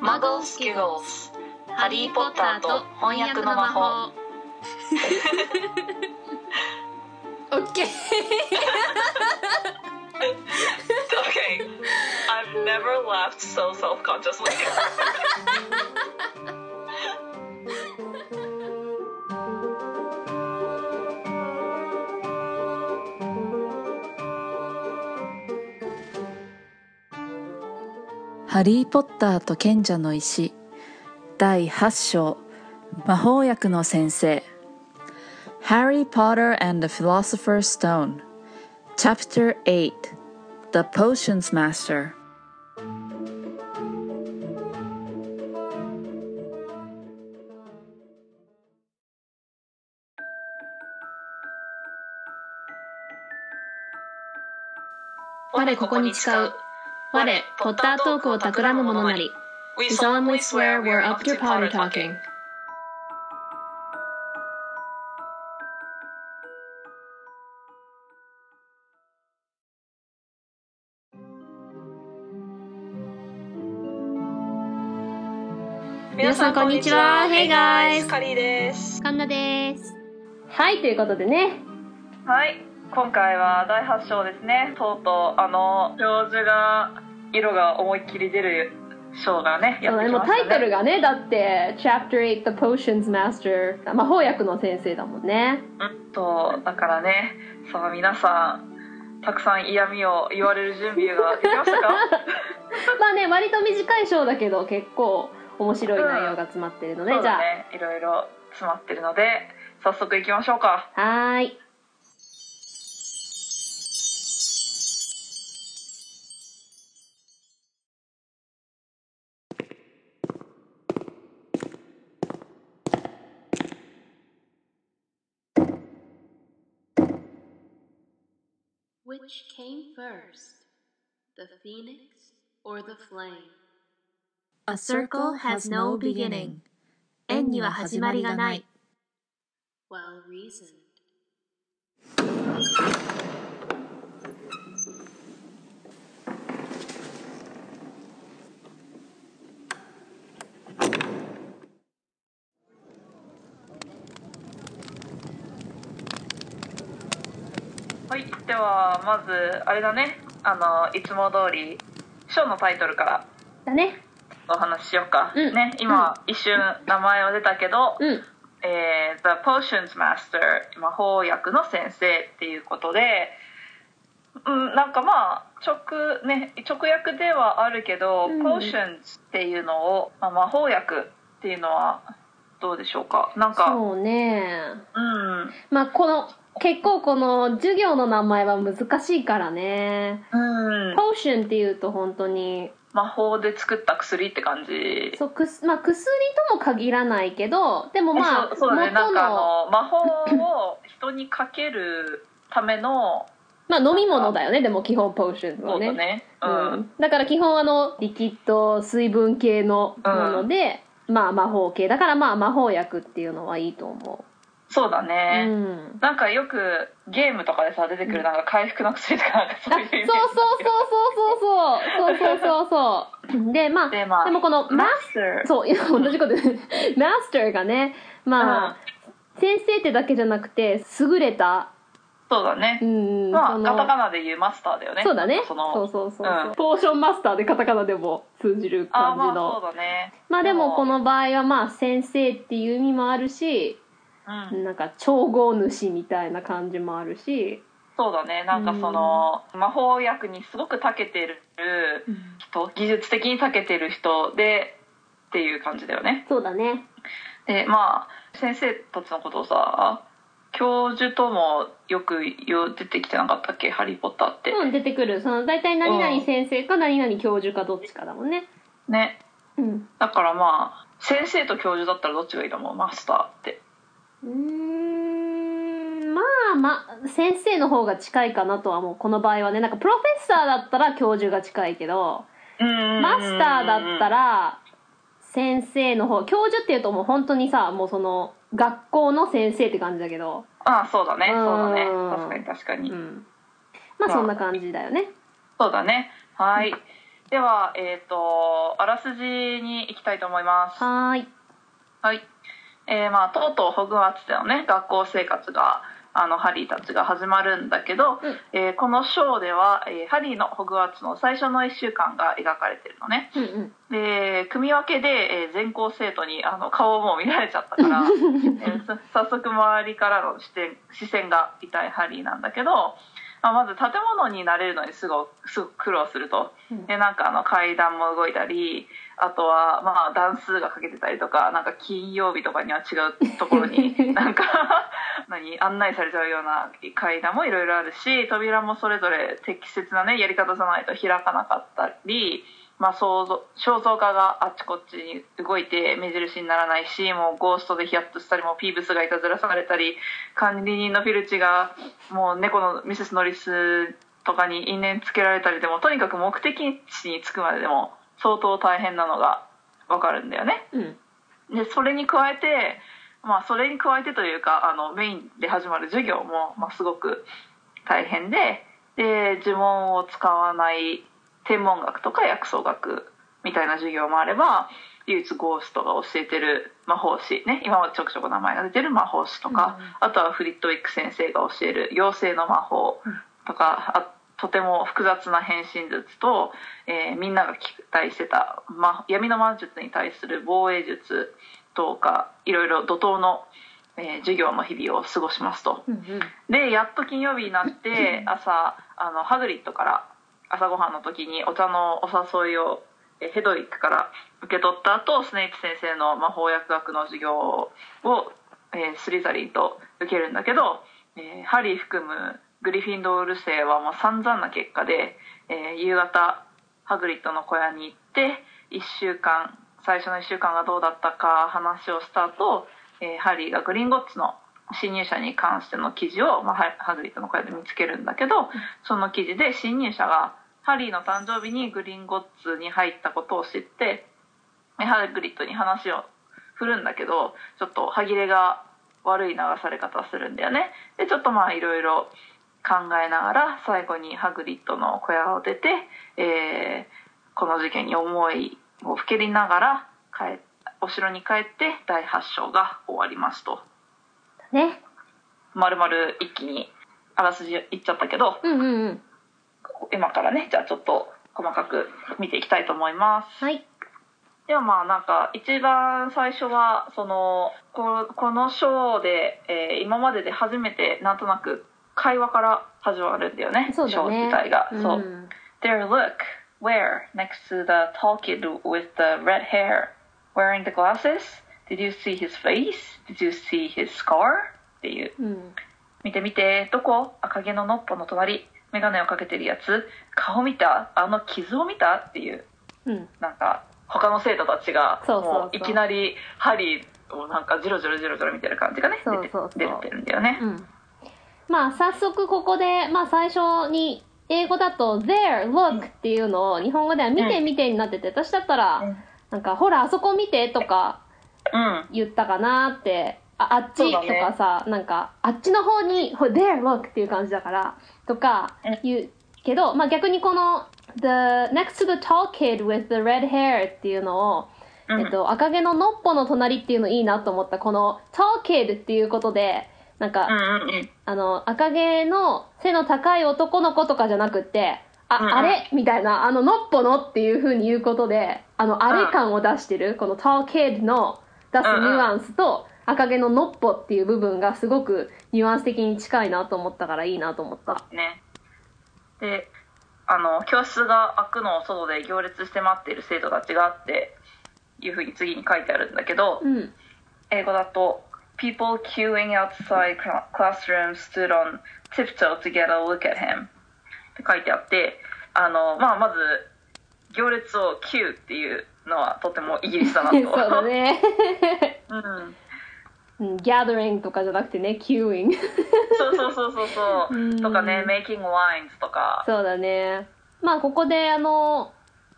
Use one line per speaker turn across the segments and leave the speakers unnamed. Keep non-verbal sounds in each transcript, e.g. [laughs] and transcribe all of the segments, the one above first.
マゴースキュロースハリー・ポッターと翻訳の魔法
オッケー
[laughs] Okay. I've never laughed so self consciously.
ハリー・ポッターと賢者の石第8章魔法薬の先生 Harry Potter and the Philosopher's Stone Chapter 8 The Potions Master
我ここに誓う我ポッタートークを企む者なり
We
We solemnly swear we're up to Potter talking 皆さんこんにちは Hey guys
カリーです。
神田ですはいということでね
はい。今回は第8章ですね。とうとう、あの、教授が、色が思いっきり出る章がね、や
そ
って
うね
き
も
ま
う
したね。
タイトルがねだって「Chapter 8 The Potions Master」魔法薬の先生だもんね
うんと、だからね、さあ皆さん、たくさん嫌味を言われる準備ができま
[laughs]
したか
まあね割と短い章だけど結構面白い内容が詰まってるので、
そう
じゃ
だね。いろいろ詰まってるので、早速行きましょうか。
あはーい
円には始まりがない
はい、ではまずあれだねあのいつも通りショーのタイトルから
だね
お話ししようか、
うん
ね今、一瞬名前は出たけど、
うん
えー The Potions Master 魔法薬の先生っていうことで、うん、なんかまあ直,、ね、直訳ではあるけど、
うん
Potions っていうのを、まあ、魔法薬っていうのはどうでしょうかなんかう、
そうね
ん、
まあこの結構この授業の名前は難しいからね
うん、
ポーションっていうと本当に
魔法で作った薬って感じ
そうくす、まあ、薬とも限らないけどでもまあ
えそうそうだねな
元
んかあ
の
の魔法を人にかけるための
まあ飲み物だよねでも基本ポーション
そ
は
うだ
ね
ねう
うんん、だから基本あのリキッド水分系のもので、まあ魔法系だからまあ魔法薬っていうのはいいと思
そうだ
う、う
ね、 [laughs]
ん、
なんかよくゲームとかでさ出てくるなんか回復の薬とかなんか
あ
そう
そう
いうイ
そう
メージ
そうそうそうそうそうそうそうでまあ
でまあ
でもこの
マ
マ
スター
そういや同じこと言うマスターがねまあ、先生ってだけじゃなくて優れた
そうだね
う、ん
ま
そ
あ
の
カタカナで言うマスターだよね
そうだね
その
そうそうそう、
うん
ポーションマスターでカタカナでも通じる
あー
感じ
まあ
の
そうだね
まあでもこの場合はまあ先生っていう意味もあるし
うん
なんか調合主みたいな感じもあるし、
そうだねなんかその、魔法薬にすごく長けてる人技術的に長けてる人でっていう感じだよね
そうだね
でまあ先生たちのことをさ教授ともよくよ出てきてなかったっけ「ハリー・ポッター」って、
うん出てくるその大体何々先生か何々教授かどっちかだもんね
ね
うん
だからまあ先生と教授だったらどっちがいいと思うマスターって
うーんまあまあ先生の方が近いかなとはもうこの場合はねなんかプロフェッサーだったら教授が近いけどマ
マ
スターだっ
ら
たら先生の方教授っていうともう本当にさもうその学校の先生って感じだけど
ああそうだね
うん
そうだね確かに確かに、
うんまあそんな感じだよね。
そうだねはいでは、えー、とあらすじに行きたいと思います。
はーい
はいえーまあ、とうとうホグワーツでの、ね、学校生活があのハリーたちが始まるんだけど、
うん
えーこのショーでは、えーハリーのホグワーツの最初の1週間が描かれてるのね
うんうん
で組分けで、えー全校生徒にあの顔をもう見られちゃったから、えーさ早速周りからの視点視線が痛いハリーなんだけど、まあ、まず建物に慣れるのにすごすごく苦労すると
うん
でなんかあの階段も動いたりあとはまあ段数がかけてたりとかなんか金曜日とかには違うところ
[laughs]
になんか [laughs] 何案内されちゃうような階段もいろいろあるし扉もそれぞれ適切な、ね、やり方じゃないと開かなかったり。まあ、想像肖像画があっちこっちに動いて目印にならないしもうゴーストでヒヤッとしたりもうピーブスがいたずらされたり管理人のフィルチがもう猫のミセス・ノリスとかに因縁つけられたりでもとにかく目的地に着くまででも相当大変なのがわかるんだよね。
うん
でそれに加えてまあそれに加えてというかあのメインで始まる授業も、まあ、すごく大変でで呪文を使わない天文学とか薬草学みたいな授業もあれば唯一ゴーストが教えてる魔法師ね今までちょくちょく名前が出てる魔法師とか、あとはフリットウィック先生が教える妖精の魔法とか、あとても複雑な変身術と、えーみんなが期待してた、ま、闇の魔術に対する防衛術とかいろいろ怒涛の、えー授業の日々を過ごしますと。
うんうん
でやっと金曜日になって朝あのハグリッドから朝ごはんの時にお茶のお誘いをえヘドウィックから受け取った後スネイプ先生の魔法薬学の授業を、えースリザリンと受けるんだけど、えーハリー含むグリフィンドール生はもう散々な結果で、えー夕方ハグリッドの小屋に行って1週間最初の1週間がどうだったか話をした後、えーハリーがグリンゴッツの侵入者に関しての記事を、まあ、ハハグリッドの小屋で見つけるんだけどその記事で侵入者がハリーの誕生日にグリンゴッツに入ったことを知ってでハグリッドに話を振るんだけどちょっと歯切れが悪い流され方するんだよね。でちょっとまあいろいろ考えながら最後にハグリッドの小屋を出て、えーこの事件に思いをふけりながら帰お城に帰って第8章が終わりますと。
ね
まるまる一気にあらすじ言っちゃったけど
うんうんうん
今からねじゃあちょっと細かく見ていきたいと思います。
はい
ではまあなんか一番最初はそのここのショーで、えー今までで初めてなんとなく会話から始まるんだよね
そう
シ
だ
ョー
ね
自体が。そううん There, look, where? Next to the tall kid with the red hair. Wearing the glasses? Did you see his face? Did you see his scar? っていう。
うん
見て見て、どこ赤毛のノッポの隣。メガネをかけてるやつ。顔見たあの傷を見たっていう。
うん
なんか、他の生徒たちが、
そうそうそう
もういきなり、ハリーをなんか、ジロジロジロジロみたいな感じがね、
そうそうそう
出て出てるんだよね。
うんまあ早速ここで、まあ、最初に英語だと「there look」っていうのを日本語では「見て見て」になってて、私だったら、
うん
なんか「ほらあそこ見て」とか
うん。
言ったかなってああっち
そう
と
だね
かさ、なんかあっちの方に「ほ there look」っていう感じだからとか言うけど、まあ、逆にこの「the next to the tall kid with the red hair」っていうのを
うん
えっと、赤毛ののっぽの隣っていうのいいなと思った、この、ターケールっていうことで、なんか、
うんうんうん。
あの、赤毛の背の高い男の子とかじゃなくって、あ、
うんうん
あれみたいな、あの、のっぽのっていう風に言うことで、あの、あれ感を出してる、このターケールの出すニュアンスと、赤毛ののっぽっていう部分がすごくニュアンス的に近いなと思ったからいいなと思った。
ね。で、あの、教室が開くのを外で行列して待っている生徒たちがあって、いうふうに次に書いてあるんだけど、 [laughs]
うん。
英語だと People queuing outside cla- classroom stood on tiptoe to get a look at him って書いてあってあの、まあ、まず行列を Q っていうのはとてもイギリスだなと
[laughs] そうだね。
[laughs] うん、
うん、ギャ e リングとかじゃなくてね、キューイング。
そうそうそうそう
[laughs]
そううんとかね Making wines とか
そうだね。まあ、ここで、あの、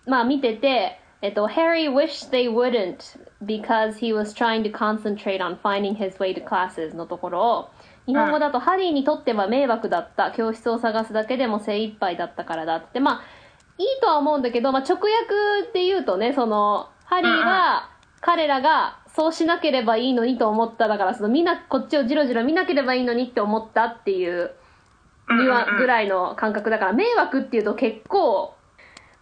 まあ、見てて、えっと、Harry wished they wouldn't because he was trying to concentrate on finding his way to classes のところを、日本語だと、ハリーにとっては迷惑だった、教室を探すだけでも精一杯だったからだって、まあ、いいとは思うんだけど、まあ、直訳って言うとねそのハリーが彼らがそうしなければいいのにと思っただからそのみんなこっちをじろじろ見なければいいのにって思ったっていう
うんうん
ぐ
うん
らいの感覚だから迷惑っていうと結構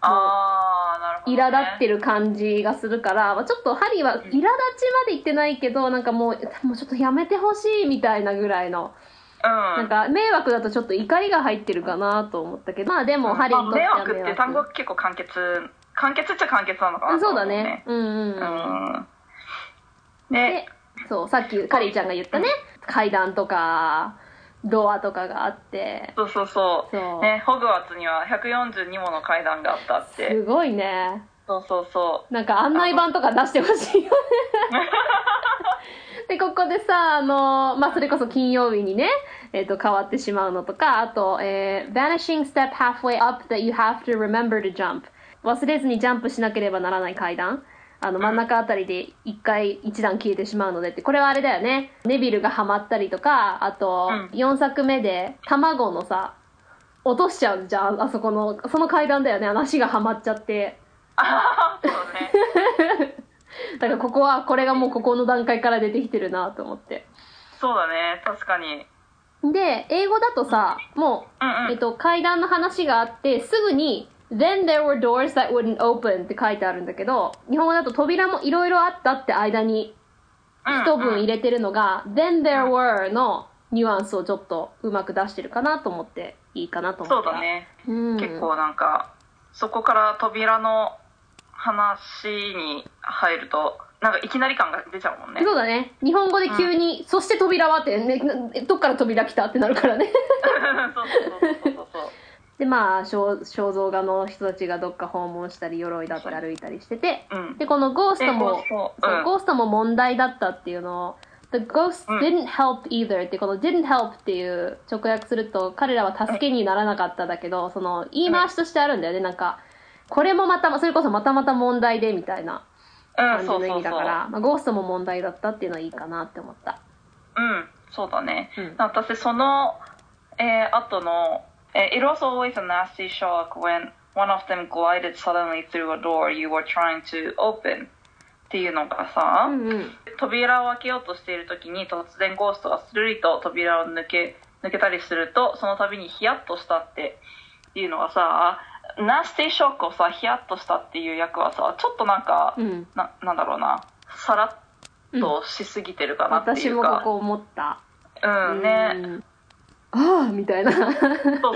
ああなるほど、ね、
苛立ってる感じがするから、まあ、ちょっとハリーは苛立ちまで言ってないけどなんかもうもうちょっとやめてほしいみたいなぐらいの
うん
なんか迷惑だとちょっと怒りが入ってるかなと思ったけどまあでもハリーにとって
ま
は
あ迷惑って単語結構簡潔簡潔っちゃ簡潔なのか
うん
なと
そう
思
だねうんうん、
う、
うんん、
で
でそうさっきカリーちゃんが言ったね階段とかドアとかがあって
そうそうそう
そう、
ね、ホグワーツには142もの階段があったって
すごいね
そうそうそ
なんか案内板とか出してほしいよ
[laughs]
ねでここでさあの、まあ、それこそ金曜日にね、えっと変わってしまうのとかあと、えー「Vanishing step halfway up that you have to remember to jump」忘れずにジャンプしなければならない階段あの真ん中あたりで一回一段消えてしまうのでってこれはあれだよねネビルがハマったりとかあと
うん
4作目で卵のさ落としちゃうじゃんあそこのその階段だよねあの足がハマっちゃって。
うそうだ
[laughs]
ね
だからここはこれがもうここの段階から出てきてるなと思って
そうだね確かに
で英語だとさも
う
う、
ん
え
う
っ
ん
と、階段の話があってすぐに「Then there were doors that wouldn't open」って書いてあるんだけど日本語だと扉もいろいろあったって間に一文入
れ
れてるのが「Then there were」のニュアンスをちょっとうまく出してるかなと思っていいかなと思
そ
っ
う
た
だね、
うん
結構なんかそこから扉の話に入るとなんかいきなり感が出ちゃうもん
[laughs]
ね
そうだね日本語で急に「そして扉は」って、ね、などっから扉来たってなるからね
そうそうそうそうそう
でまあ肖肖像画の人たちがどっか訪問したり鎧だって歩いたりしてて
そううん
でこのゴーストも
でゴースト
そう
うん
ゴーストも問題だったっていうのを「The ghosts
うん
didn't help either」ってこの「didn't help」っていう直訳すると彼らは助けにならなかっただけどその言い回しとしてあるんだよねなんかこれもまたそれこそまたまた問題でみたいな
うん
感じ
そう
の
そう
意
そうう
味だからまあゴーストも問題だったっていうのはいいかなって思った。
んそうだね
うん
私その、えー、後の、えー It was always a nasty shock when one of them glided suddenly through a door you were trying to open っていうのがさ、
うんうん
扉を開けようとしている時に突然ゴーストがスルリと扉を抜け抜けたりするとその度にヒヤッとしたっていうのがさナスティショックをさヒヤッとしたっていう役はさちょっとなんか、
うん
ななんだろうなさら
う
っ
ん
としすぎてるかなって
私
いう
もこ
か、
こ思った。
うんね、
うんああみた
[laughs]
いな。
そう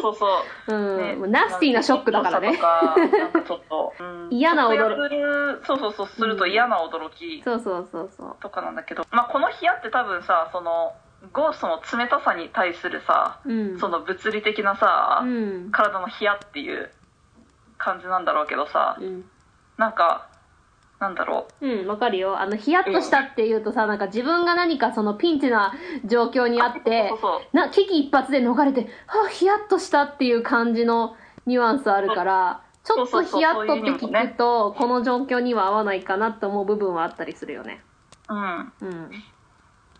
そうそう
うん、
ね
もうナスティーなショックだからね。
[laughs] なんかなんかちょっと、うん
嫌な驚
き。そうそうそう、すると嫌な驚き
そうそうそうそう。
とかなんだけど、まあこの日やって多分さ、その、ゴーストの冷たさに対するさ、
うん。
その物理的なさ、
うん。
体の冷やっていう感じなんだろうけどさ、
うん。
なんか、なんだろ
うん、わかるよ。あの、ヒヤッとしたっていうとさ、なんか自分が何かそのピンチな状況にあって
そう、そう
な、危機一髪で逃れて、はあ、ヒヤッとしたっていう感じのニュアンスあるから、ちょっとヒヤッとっ
そうそうそう
て
そういう意味も
聞
ね
くと、この状況には合わないかなって思う部分はあったりするよね。
う、う
うん。
ん。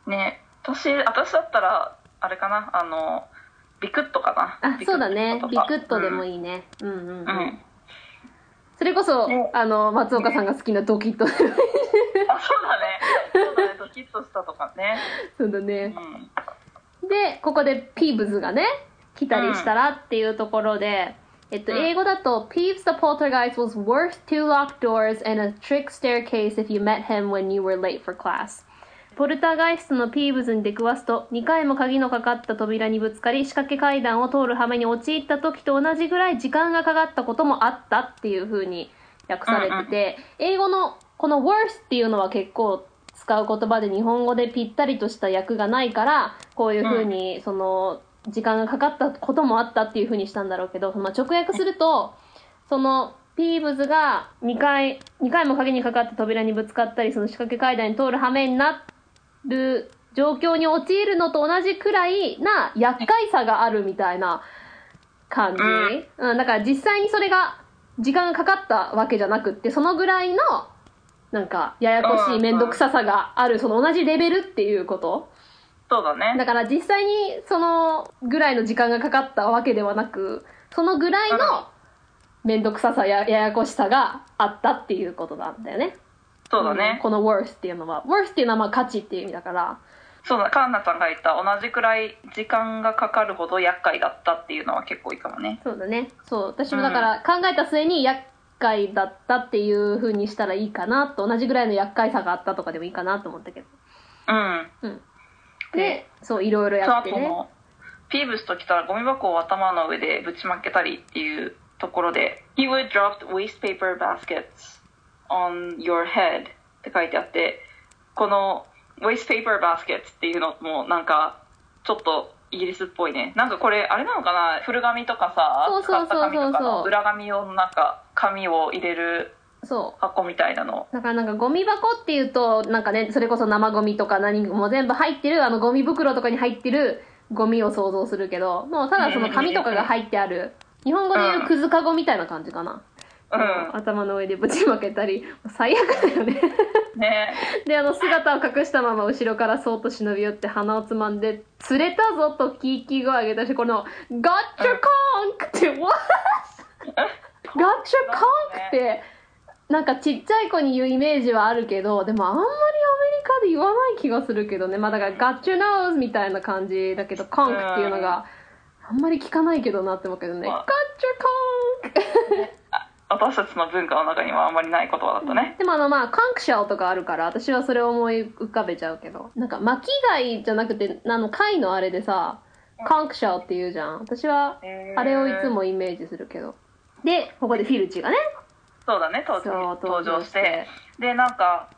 ね、私、私だったら、あれかな、あの、ビクッとかな。
あ、そうだね。ビクッとでも
い。
いいね。うんうん。
う。
うん、
うんん
それこそ
ね、
あの、松岡さんが好きなドキッと。 [laughs]
あ、 [laughs] そうだね。そうだね。ドキッとしたとかね。
そうだね。
うん。
でここでピーブズがね来たりしたらっていうところで、えっと、
うん
英語だと「Peeves the poltergeist was worth two locked doors and a trick staircase if you met him when you were late for class」ポルターガイストのピーブズに出くわすと2回も鍵のかかった扉にぶつかり仕掛け階段を通る羽目に陥った時と同じぐらい時間がかかったこともあったっていう風に訳されてて、英語のこの「worth」っていうのは結構使う言葉で日本語でぴったりとした訳がないからこういう風にその時間がかかったこともあったっていう風にしたんだろうけど、まあ、直訳するとそのピーブズが2回2回も鍵にかかって扉にぶつかったりその仕掛け階段に通る羽目になる状況に陥るのと同じくらいな厄介さがあるみたいな感じ、
う
うん、だから実際にそれが時間がかかったわけじゃなくってそのぐらいのなんかややこ
うん
し
う
い
ん
面倒くささがあるその同じレベルっていうこと
そうだね。
だから実際にそのぐらいの時間がかかったわけではなくそのぐらいの面倒くささやややこしさがあったっていうことなんだよね。
そうだね、
この worth っていうのは worth っていうのはまあ価値っていう意味だから
そうだカンナさんが言った同じくらい時間がかかるほど厄介だったっていうのは結構いいかもね
そうだねそう私もだから考えた末に厄介だったっていう風にしたらいいかなと同じぐらいの厄介さがあったとかでもいいかなと思ったけど
うん
でそういろいろ
と
や
あ
っ
と
てね
もピーブスときたらゴミ箱を頭の上でぶちまけたりっていうところで「He would drop waste paper baskets on your head」って書いてあってこの「waste paper baskets」っていうのもなんかちょっとイギリスっぽいねなんかこれあれなのかな古紙とかさ
そう
使
そう
っ
そ
た
うそうそう
紙とかの裏紙用のなんか紙を入れる
そ
箱みたいなの
うだからなんかゴミ箱っていうとなんかねそれこそ生ゴミとか何も全部入ってるあのゴミ袋とかに入ってるゴミを想像するけどもうただその紙とかが入ってある日本語で言うくずかごみたいな感じかな、
う
頭の上でぶちまけたり最悪だよね
んね
[laughs] であの姿を隠したまま後ろからそーっと忍び寄って鼻をつまんで「釣れたぞ」とキーキー声を上げたしこの「Got your conk!」って「What?」「Got your conk!」ってなんかちっちゃい子に言うイメージはあるけどでもあんまりアメリカで言わない気がするけどねまあだから「Got your nose!」みたいな感じだけど「conk!」っていうのがあんまり聞かないけどなって思うけどね「Got
ま
your
あ
conk!」
私たちの文化の中にはあんまりない言葉だったね
でもあのまあカンクシャオとかあるから私はそれを思い浮かべちゃうけどなんか巻き貝じゃなくてあの貝のあれでさカンクシャオって言うじゃん私はあれをいつもイメージするけどでここでフィルチがね
そうだね登
そう
場登場してでなんか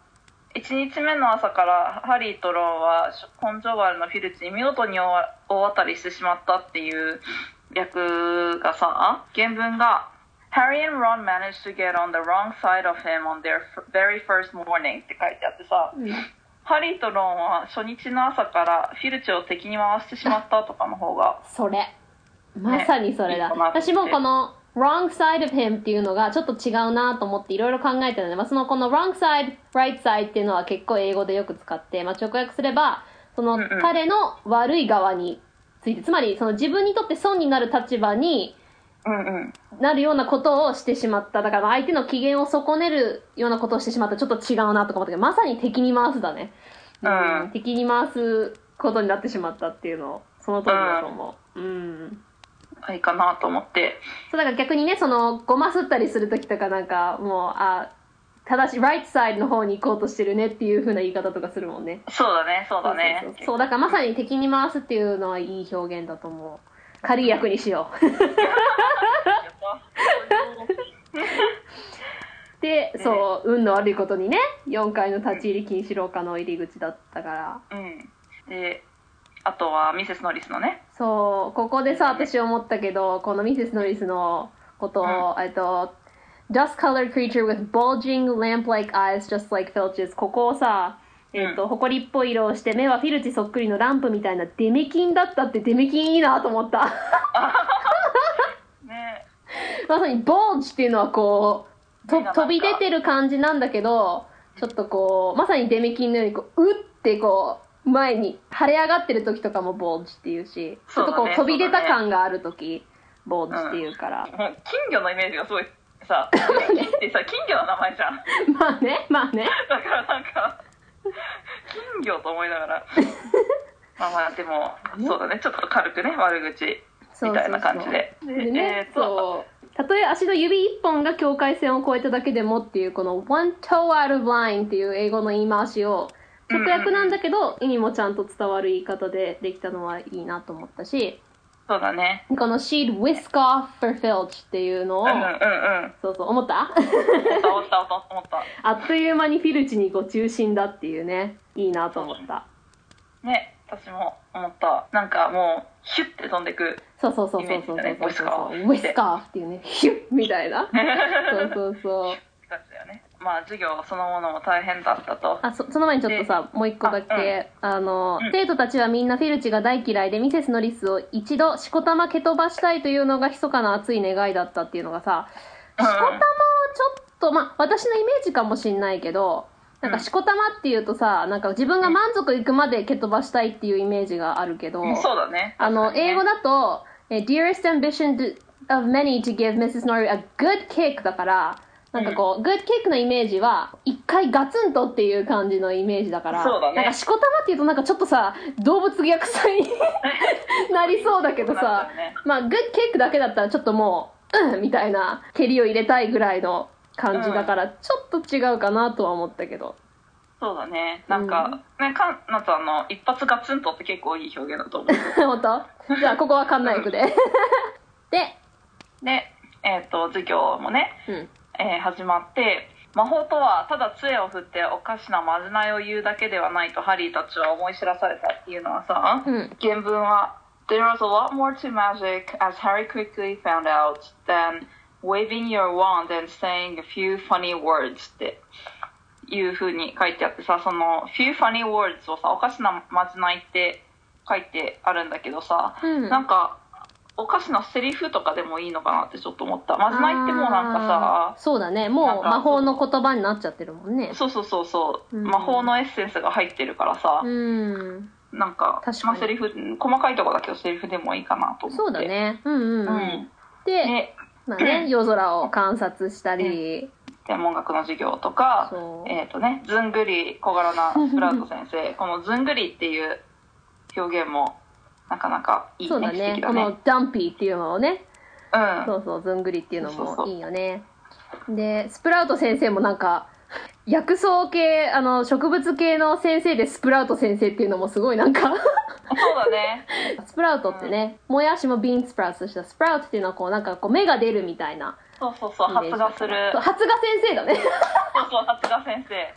1日目の朝からハリーとロンは根性丸のフィルチに見事に大大当たりしてしまったっていう役がさ原文が「Harry and Ron managed to get on the wrong side of him on their f- very first morning」って書いてあってさ、
うん
ハリーとロンは初日の朝からフィルチを敵に回してしまったとかの方が
それまさにそれ
い
だ、
いかなって
私もこの「wrong side of him」っていうのがちょっと違うなと思っていろいろ考えてたので、まあ、そのこの「wrong side」「right side」っていうのは結構英語でよく使って、まあ、直訳すればその
んうん
彼の悪い側についてつまりその自分にとって損になる立場に
うんうん
なるようなことをしてしまっただから相手の機嫌を損ねるようなことをしてしまったちょっと違うなとか思ったけどまさに敵に回すだね、
うん
敵に回すことになってしまったっていうのをその通りだと思ううん
いいかなと思って
そうだから逆にねそのごますったりする時とかなんかもうあ正しい right side の方に行こうとしてるねっていう風な言い方とかするもんね
そうだねそうだね
そうそうそうそうだからまさに敵に回すっていうのはいい表現だと思う軽い役にしよ
[laughs]
う [laughs] でそう運の悪いことにね4階の立ち入り禁止廊下の入り口だったから
うん、であとはミセス・ノリスのね
そうここでさ私思ったけどこのミセス・ノリスのことを、えっと Dust colored creature with bulging lamp like eyes just like Filch's ここをさえっと、埃っぽい色をして目はフィルチそっくりのランプみたいなデメキンだったってデメキンいいなと思った [laughs]
ね
まさに bulge っていうのはこうと
目がなんか
飛び出てる感じなんだけどちょっとこうまさにデメキンのようにこううってこう前に腫れ上がってる時とかも bulge っていうしちょっとこ
そうだ
う
ね
飛び出た感がある時 bulge っていうから、
もう金魚のイメージがすごい
[laughs]
さ金ってさ金魚の名前じゃんだ [laughs]
まあねまあね
からなんか金魚と思いながら
[laughs]
まあまあでもそうだねちょっと軽くね悪口みたいな感じで
でね
え、ーっと
そうたとえ足の指一本が境界線を越えただけでもっていうこの「one toe out of line」っていう英語の言い回しを直訳なんだけど、意味もちゃんと伝わる言い方でできたのはいいなと思ったし
そうだね
この「she'd whisk off for filch」っていうのを、
うんうんうん
そうそう思った [laughs]
思った思った思った思った
あっという間にフィルチにご中心だっていうねいいなと思った
ね私も思ったなんかもうヒュッて飛んでく
そうそうそうそうそうそうそうそうそう
イ
ウ
メー
ィ
ジだね
スカーフっていうねヒュッみた
[laughs]
いなそうそうそう
感じだよねまあ授業そのものも大変だったと
あそその前にちょっとさもう一個だけあ、の、
うん
生徒たちはみんなフィルチが大嫌いでミセス・ノリスを一度しこたま蹴飛ばしたいというのが密かな熱い願いだったっていうのがさしこたまはちょっとまあ私のイメージかもしんないけどなんかしこたまっていうとさなんか自分が満足いくまで蹴飛ばしたいっていうイメージがあるけど、
そうだね
あの、英語
だ
だと、えー dearest ambition to, of many to give Mrs. Noru a good kick だからなんかこう、グッドキックのイメージは一回ガツンとっていう感じのイメージだから
そうだね
なんかしこたまっていうとなんかちょっとさ動物虐待に [laughs] なりそうだけど
そうなんだ
さ
よね
まあグッドキックだけだったらちょっともううんみたいな蹴りを入れたいぐらいの感じだから、ちょっと違うかなとは思ったけど [laughs]
そうだねなんか、ねかんなつあの一発ガツンとって結構いい表現だと思う
本当じゃあここは館内区で [laughs] で、
でえっ、と授業もね、
うん、
えー始まって魔法とはただ杖を振っておかしなまじないを言うだけではないとハリーたちは思い知らされたっていうのはさ、
うん
原文は There was a lot more to magic as Harry quickly found out than waving your wand and saying a few funny words っていう風に書いてあってさその few funny words をさおかしなまじないって書いてあるんだけどさ、
うん
なんかおかしなセリフとかでもいいのかなってちょっと思ったまじないってもうなんかさ
あーそうだね
な
も
ん
う
か
魔法の言葉になっちゃってるもんね
そうそうそうそう、
うん
魔法のエッセンスが入ってるからさ、
うん
なんか
確か
まあ、
に
セリフ細かいとこだけどセリフでもいいかなと思って
そうだねうんうん、
う
うん
ん
で、
で
まあね、夜空を観察したり、
天文学の授業とか
そう
えっ、とねずんぐり小柄なブラウト先
[laughs]
生このずんぐりっていう表現もなかなかいい
そうだ
ね素
ね
敵だ
こ
ね
のダンピーっていうのをね
うん
そうそうずんぐりっていうの
そうそう
も
そう
いいよねでスプラウト先生もなんか薬草系あの植物系の先生でスプラウト先生っていうのもすごいな
[laughs]
んか
そうだね
スプラウトってね、もやしもビーンスプラウトしたスプラウトっていうのはこうなんかこう芽が出るみたいな
そうそうそう
イ [laughs] メ
発
ージだ
芽する
からそう発芽先生だね
そうそう、初が先生。 [laughs]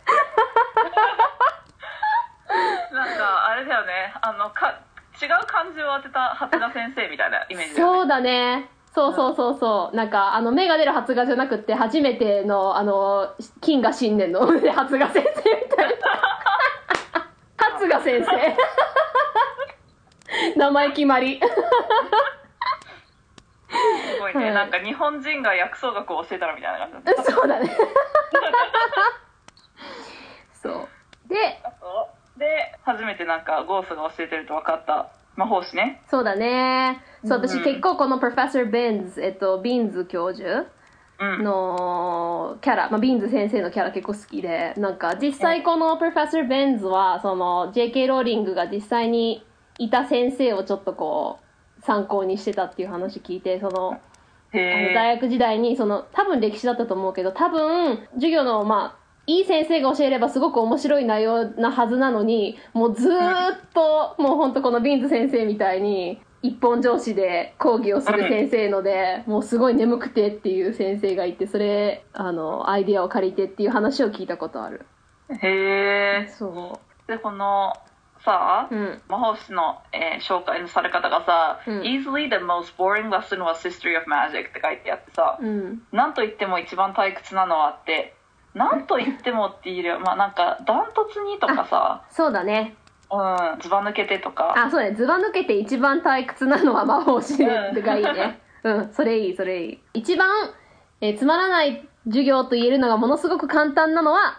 なんか、あれだよね、あの、か、違う漢字を当てた初が先生みたいなイメージだよね。
そうだねそうそうそうそうなんかあの芽が出る発芽じゃなくて初めてのあの金が新年の発芽先生みたいな発芽先生名前決まり
すごいね、
はい
なんか日本人が薬草学を教えたらみたいな感じだった。
そうだねそうで
あ [laughs] とで、初めてなんかゴースが教えてると分かった魔法師ね。
そうだねそう私
うん
結構このプロフェッサー・ビンズえっとビンズ教授
うん。
のキャラ、まあ、ビーンズ先生のキャラ結構好きでなんか実際このプロフェッサー・ベンズはその JK ローリングが実際にいた先生をちょっとこう参考にしてたっていう話聞いてその
へ
あの
え。
大学時代にその多分歴史だったと思うけど多分授業のまあいい先生が教えればすごく面白い内容なはずなのにもうずーっと、もうほんとこのビーンズ先生みたいに一本上司で講義をする先生ので、もうすごい眠くてっていう先生がいてそれあのアイディアを借りてっていう話を聞いたことある
へえ。
そ
で、この、さあ、
ううん
魔法師の、えー紹介のされ方がさ、
うん
easily the most boring lesson was history of magic って書いてあってさ、
うん
なんと言っても一番退屈なのはって、なんと言ってもっていうよりは、まあなんか、ダントツにとかさ、
そうだね
うん、ずば抜けてとか、
あそうねずば抜けて一番退屈なのは魔法師がいいねうんそれいいそれいい一番、えーつまらない授業と言えるのがものすごく簡単なのは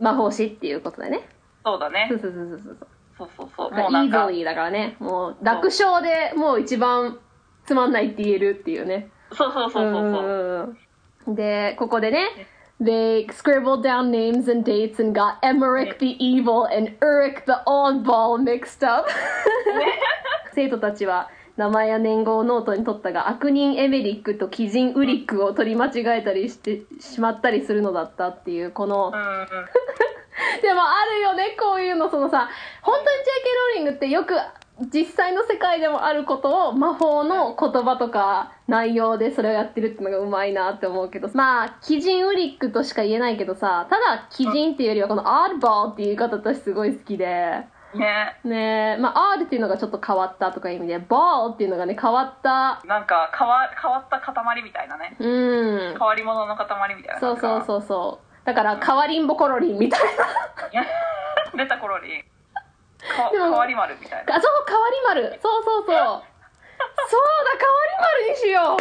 魔法師っていうことだよね
そうだね
そ。うそうそうそうそう
そうそうそう。
だ
もう
から
な
イ
ん
ー
か
ゾ、リーだからねもう楽勝でもう一番つまんないって言えるっていうね
そうそうそうそうそう。
うんでここでね They scribbled down names and dates and got Emmerich the evil and Eric the oddball mixed up 生徒たちは名前や年号をノートに取ったが悪人エメリックと鬼人ウリックを取り間違えたりしてしまったりするのだったっていうこの
うんうん、
でもあるよねこういうのそのさ本当に JK ローリングってよく実際の世界でもあることを魔法の言葉とか内容でそれをやってるってのがうまいなって思うけどまあ鬼人ウリックとしか言えないけどさただ鬼人っていうよりはこのアールバーっていう言い方私すごい好きで
ね
ねえまあアールっていうのがちょっと変わったとかいう意味でバーっていうのがね変わった
なんか変わ、変わった塊みたいなね。
うん
変わり者の塊みたいな。
そうそう
う。
そうそうだから変わりんぼコロリンみたいな
出た頃に、か
でも
変わり丸みたいな。
あ、そう、かわり丸。そうそうそう。そうだ、かわり丸にしよ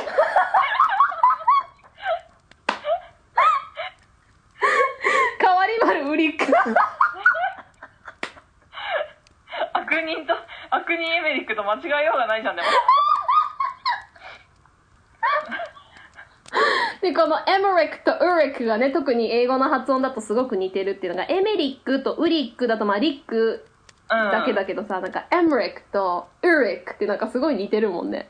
う。かわり丸ウリック。
悪人と、悪人エメリックと間違えようがないじゃん、でも。
でこのエムリックとウリックがね特に英語の発音だとすごく似てるっていうのがエメリックとウリックだとまあリック
うん、
だけだけどさ、なんかエムリックとウリックってなんかすごい似てるもんね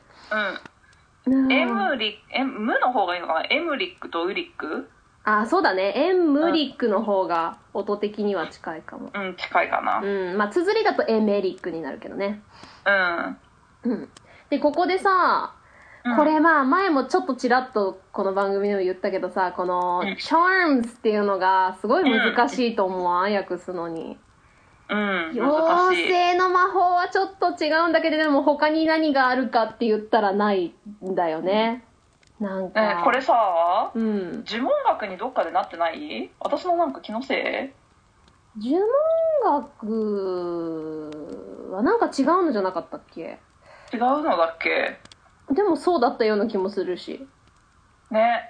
うんエムリエムの方がいいのかなエムリックとウリック
あそうだねエムリックの方が音的には近いかも
うん近いかな
うんまあ綴りだとエメリックになるけどね
うん、
うんでここでさ
うん
これまあ前もちょっとちらっとこの番組でも言ったけどさこの
うん
「charms」っていうのがすごい難しいと思わん訳すのに
うん難し
妖
い
精の魔法はちょっと違うんだけどでも他に何があるかって言ったらないんだよねなん
ね
か
これさ
うん
呪文学にどっかでなってない私のなんか気のせい
呪文学はなんか違うのじゃなかったっけ
違うのだっけ
でもそうだったような気もするし
ね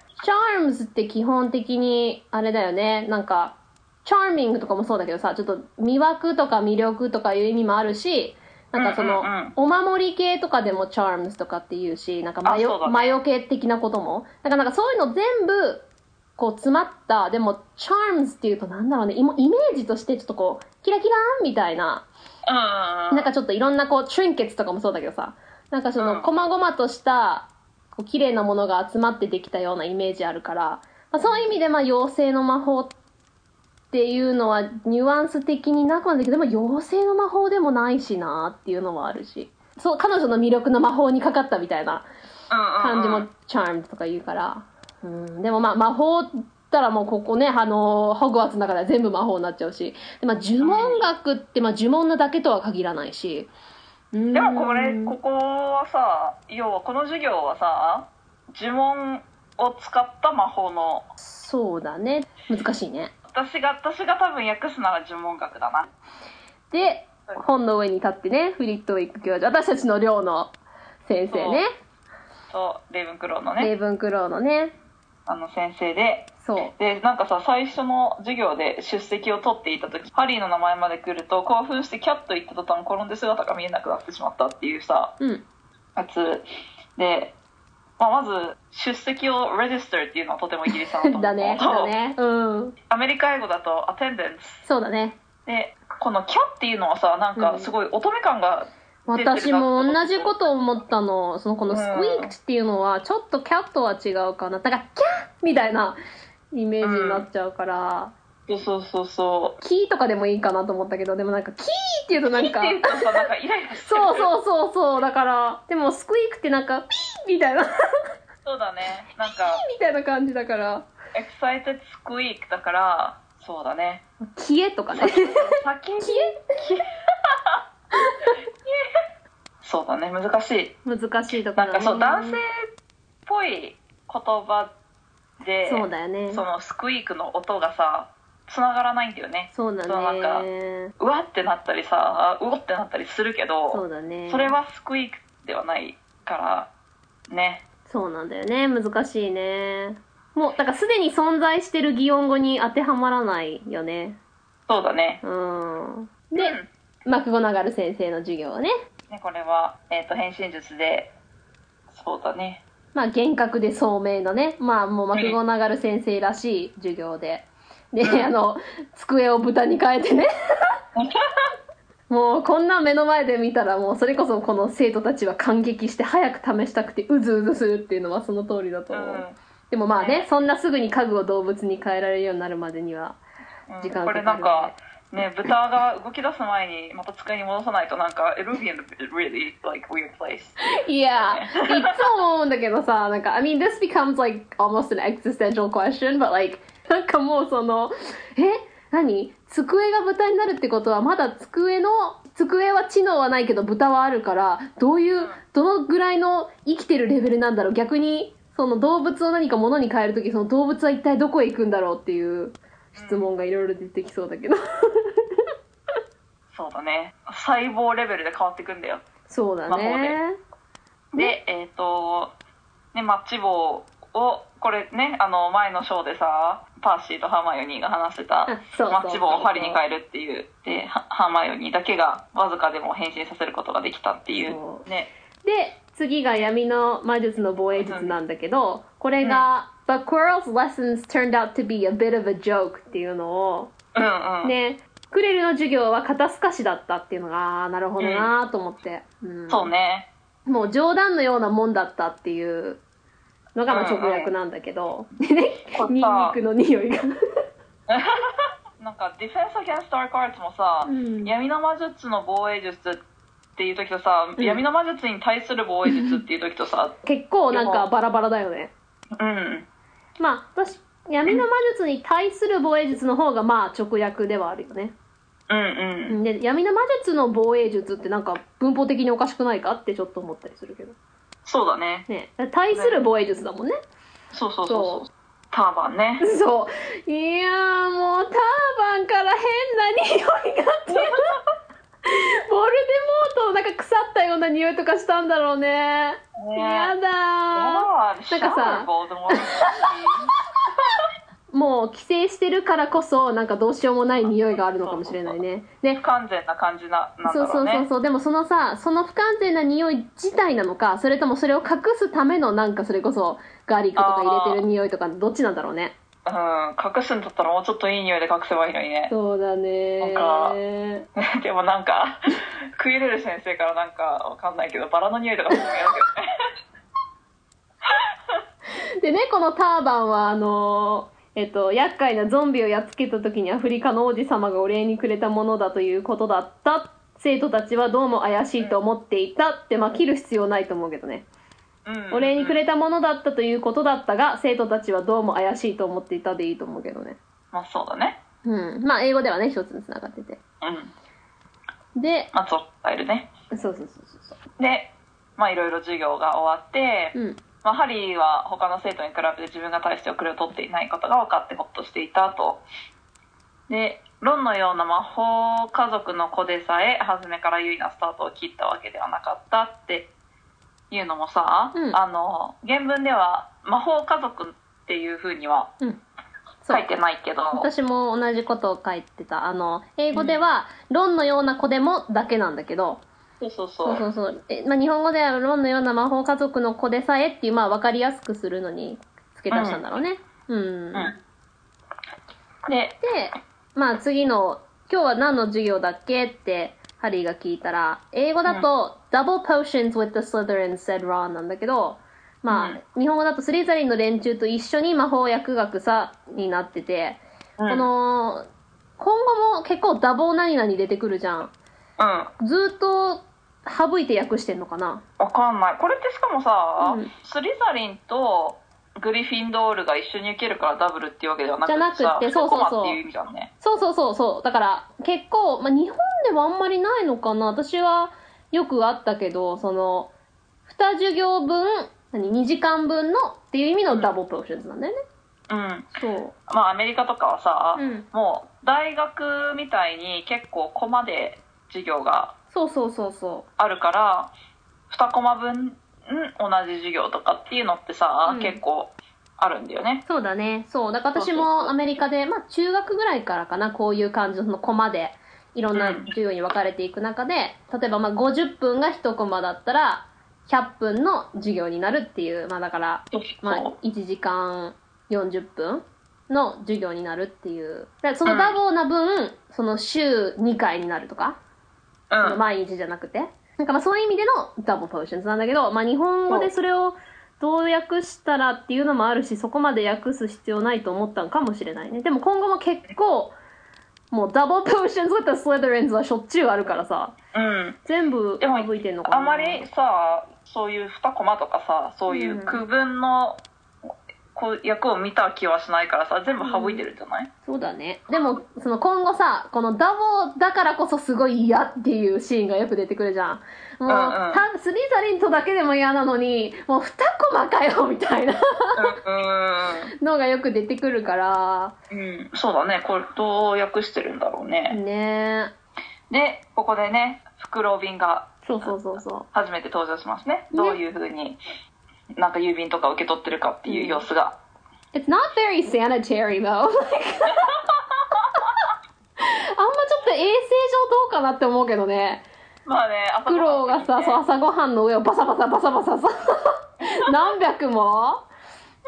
charms って基本的にあれだよねなんか charming とかもそうだけどさちょっと魅惑とか魅力とかいう意味もあるしなんかその、
うんうんうん
お守り系とかでも charms とかっていうしなんか魔
あそう
よ
だね
魔除け的なこともなんかなんかそういうの全部こう詰まったでも charms っていうとなんだろうねイモイメージとしてちょっとこうキラキラーンみたいな
うんうんうん
なんかちょっといろんなこう、トゥリンケツとかもそうだけどさ、なんかそ
う
の、
ん
細々とした、こう、綺麗なものが集まってできたようなイメージあるから、まあ、そういう意味で、まあ、妖精の魔法っていうのは、ニュアンス的になくはないけど、でも妖精の魔法でもないしなっていうのもあるし、そう、彼女の魅力の魔法にかかったみたいな感じ
うんうん
も、チャームとか言うから、うん、でもまあ、魔法ったらもうここね、あの、ホグワーツの中では全部魔法になっちゃうし、でまあ、呪文学って、まあ、呪文のだけとは限らないし、うん
でもこれここはさ要はこの授業はさ呪文を使った魔法の
そうだね。難しいね。
私が私が多分訳すなら呪文学だな
で
はい、
本の上に立ってね、フリットウィック教授、私たちの寮の先生ね、
そうレイブンクローのね、
レイブンクローのね、
あの先生で
そう。
でなんかさ最初の授業で出席を取っていた時ハリーの名前まで来ると興奮してキャッと言った途端転んで姿が見えなくなってしまったっていうさ
うん。
やつで、まあ、まず出席を register っていうのはとてもイギリスだなと思う
[laughs] だね、だね。うん。
アメリカ英語だと attendance
そうだね。
でこの「キャ」っていうのはさなんかすごい乙女感が、
私も同じこと思ったのそのこのスクイークっていうのはちょっとキャットは違うかなだからキャッみたいなイメージになっちゃうから、
そうそうそうそ
キーとかでもいいかなと思ったけどでもなんかキーっていうと
う
なん
キっ
か
ていうとさなんかイライラしてる
そう
う
そうそうそうだからでもスクイークってなんかピーみたいなみ
そうだねなんか
たいな感じだから
「excited squeak」だからそうだね
[laughs] キエとかね
先に
キエ
そうだね難しい
難しいとこ
な
ろ
ん
だ
か
ね
そう男性っぽい言葉で
そうだよね
そのスクイークの音がさつながらないんだよね
そうだ
そうなんか
ね
うわってなったりさうおってなったりするけど
そうだね
それはスクイークではないからね
そうなんだよね難しいねもうだからすでに存在してる擬音語に当てはまらないよね
そうだね
うん
で、
で、マクゴナガル先生の授業はね
ねこれは、えー、と変身術でそうだね
まあ幻覚で聡明のねまあもうマクゴナガル先生らしい授業でで、
うん
あの机を豚に変えてねもうこんな目の前で見たらもうそれこそこの生徒たちは感激して早く試したくてうずうずするっていうの [laughs] はその通りだと
うん
思う、でもまあね
ね
そんなすぐに家具を動物に変えられるようになるまでには
うん
時
こ
間かか
れ
る
なんかね豚が動き出す前にまた机に戻さないとなんか「It'll be in a really like weird place」
いや、いつも思うんだけどさ、なんか、I mean, this becomes like almost an existential question, but like, なんかもうその、え何机が豚になるってことは、まだ机の、机は知能はないけど豚はあるから、どういう、どのぐらいの生きてるレベルなんだろう逆に、その動物を何か物に変えるとき、その動物は一体どこへ行くんだろうっていう質問がいろいろ出てきそうだけど。
そうだね細胞レベルで変わっていくんだよ
そうだ
魔法で
ね。
でえっ、とねマッチ棒をこれねあの前のショーでさパーシーとハーマイオニーが話してた
あそうそうそうそう
マッチ棒を針に変えるっていうでハハーマイオニーだけがわずかでも変身させることができたっていう
そ
ね
で次が闇の魔術の防衛術なんだけど、これが、 But Quirrell's lessons turned out to be a bit of a joke っていうのを、
うんうん、
ね、クレルの授業は肩透かしだったっていうのが、あーなるほどなーと思って。うん
そうね
もう冗談のようなもんだったっていうのがまあ直訳なんだけど、でね
こ、れ
ニンニ
さ
クの匂いが。 [laughs]
なんかディフェンス・アギャンスト・アーク・アーツもさ、
うん
闇の魔術の防衛術っていう時とさ、
うん
闇の魔術に対する防衛術っていう時と
[laughs]
さ
結構なんかバラバラだよね。
うん
まあ、私、闇の魔術に対する防衛術の方がまあ直訳ではあるよね。
うんうん
で、闇の魔術の防衛術ってなんか文法的におかしくないかってちょっと思ったりするけど。
そうだね
ね、対する防衛術だもんね。
そうそうそうそうターバンね
そう。いやーもうターバンから変な匂いがってる。 [laughs] ボルデモートのなんか腐ったような匂いとかしたんだろうね。
ね
やだー。
ああ、シャ
なんかさ
ーボードも。
もう寄生してるからこそなんかどうしようもない匂いがあるのかもしれないね。で
不、完全な感じな、なんだ
そう
ろ
そうう
ね。
そうそう。でもそのさ、その不完全な匂い自体なのか、それともそれを隠すためのなんかそれこそガーリックとか入れてる匂いとかどっちなんだろうね。
うん、隠すんだったらもうちょっといい匂いで隠せばいいのにね。
そうだねー。
[laughs] でもなんか、クイレル先生からなんかわかんないけど、バラの匂いとかするのやるけどね。
でね、このターバンは、あのーえっと、厄介なゾンビをやっつけた時にアフリカの王子様がお礼にくれたものだということだった。生徒たちはどうも怪しいと思っていたって、まあ、切る必要ないと思うけどね。
うん、
お礼にく
れ
れたものだったということだったが、生徒たちはどうも怪しいと思っていたでいいと思うけどね。
まあそうだね。
うん。まあ、英語ではね、一つに繋がってて。
うん。
で、
まあそう、スタイルね。
そうそうそうそうそ
で、まあいろいろ授業が終わって、
う。うん。
まあハリーは他の生徒に比べて自分が大して遅れを取っていないことが分かってほっとしていたと。で、ロンのような魔法家族の子でさえ、初めから優位なスタートを切ったわけではなかったっていうのもさ、
うん
あの、原文では魔法家族っていうふうには
そ
書
う
いてないけど、
私も同じことを書いてた。あの、英語では、ロンのような子でもだけなんだけど、
そうそうそ
そう
う。
そうそう。えまあ、日本語ではロンのような魔法家族の子でさえっていう、まあ、わかりやすくするのに付け足したんだろうね。うん。
うんで、
で、まあ、次の、今日は何の授業だっけって、ハリーが聞いたら、英語だと、Double Potions with the Slytherin said Ron なんだけど、まあ、日本語だとスリザリンの連中と一緒に魔法薬学さになってて、
うん
この、今後も結構ダボ何々出てくるじゃん。
うん、
ずーっと省いて訳してんのかな
わかんない。これってしかもさ、
うん
スリザリンとグリフィンドールが一緒に受けるからダブルっていうわけではなくてさ、
じゃなくてそうそうそう
二コマっていう意味だね。
そうそうそうそう。だから、結構、まあ、日本ではあんまりないのかな。私はよくあったけど、その、二授業分、何、2時間分のっていう意味のダブルプロフェッションズなんだよね。
うん。
そう。
まあアメリカとかはさ、
うん
もう大学みたいに結構コマで授業が
そうそうそうそ
あるから2コマ分ん同じ授業とかっていうのってさ、
うん
結構あるんだよね
う。そうだね。そう。だから私
そうそうそ
もアメリカで、まあ、中学ぐらいからかな、こういう感じのそのコマで、いろんな
うん
授業に分かれていく中で、例えばまあ50分が1コマだったら、100分の授業になるっていう、まあだから、まあ
そ、
1時間40分の授業になるっていう。だからそうの
ん
ダボーな分、その週2回になるとか、
う
その
うん
毎日じゃなくて。なんかまあそういう意味でのダボポーションズなんだけど、まあ日本語でそれをどう訳したらっていうのもあるし、そこまで訳す必要ないと思ったのかもしれないね。でも今後も結構、もうダボポーションズ with the Slytherins はしょっちゅうあるからさ、
うん、
全部
でも
省いてんのかな。
あんまりさそういう2コマとかさそういう区分のこう役を見た気はしないからさ全部省いてるんじゃない、
そうだね。でも、その今後さ、このダボだからこそすごい嫌っていうシーンがよく出てくるじゃん。
う
もう、
んうん
たスリザリンとだけでも嫌なのに、もう二コマかよみたいな [laughs]
う
のがよく出てくるから、
んうん、うん、そうだねこれどう訳してるんだろうね、
ね
でここでねフクロウ便が
そうそうそうそ
初めて登場しますねどういうふうになんか郵便とか受け取ってるかっていう様子が、
う。It's not very sanitary though. [laughs] あんまちょっと衛生上どうかなって思うけどね。
まあね朝
苦労
[laughs]
がさ、そう朝ごはんの上をバサバサバサバサさ、何百も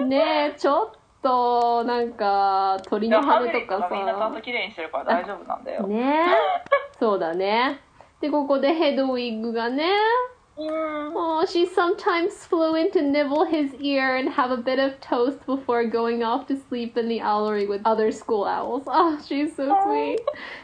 ねえちょっとなんか鳥
い
の
やハグ
羽
リ
と
ッド
か
がみんなちゃんと
さ
綺麗にしてるから大丈夫なんだよ。
ねえそうだねでここでヘドウィッグがね
うん。
Oh, she sometimes flew in to nibble his ear and have a bit of toast before going off to sleep in the owlery with other school owls. [laughs] Ah, she's so sweet.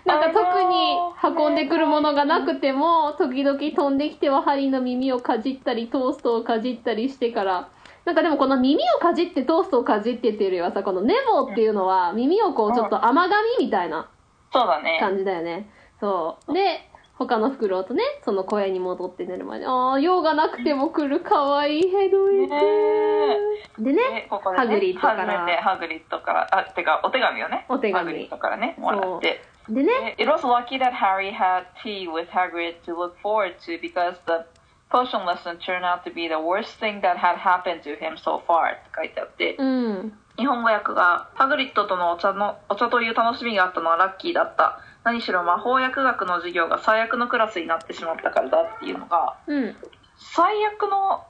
なんか
know.
特に運んでくるものがなくても、時々飛んできては針の耳をかじったり、トーストをかじったりしてから、なんかでもこの耳をかじってトーストをかじってっていうよりはさ、このネボっていうのは耳をこうちょっと甘がみみたいな
そうだね。
感じだよね。そう。で、他のフクロウとね、その小屋に戻って寝るまで。ああ、用がなくても来る、かわいいヘドウィッ
ね
グ。で
え。
ね、
でここでね
ハグリッドから
初めてハグリッドから、あ、てか、お手紙をね。
お手紙
ハグリッドからね、もらって。
でね、
It was lucky that Harry had tea with Hagrid to look forward to because the potion lesson turned out to be the worst thing that had happened to him so far って書いてあって、
うん。
日本語訳がハグリッドとのお茶のお茶という楽しみがあったのはラッキーだった何しろ魔法薬学の授業が最悪のクラスになってしまったからだっていうのが
うん。
最悪の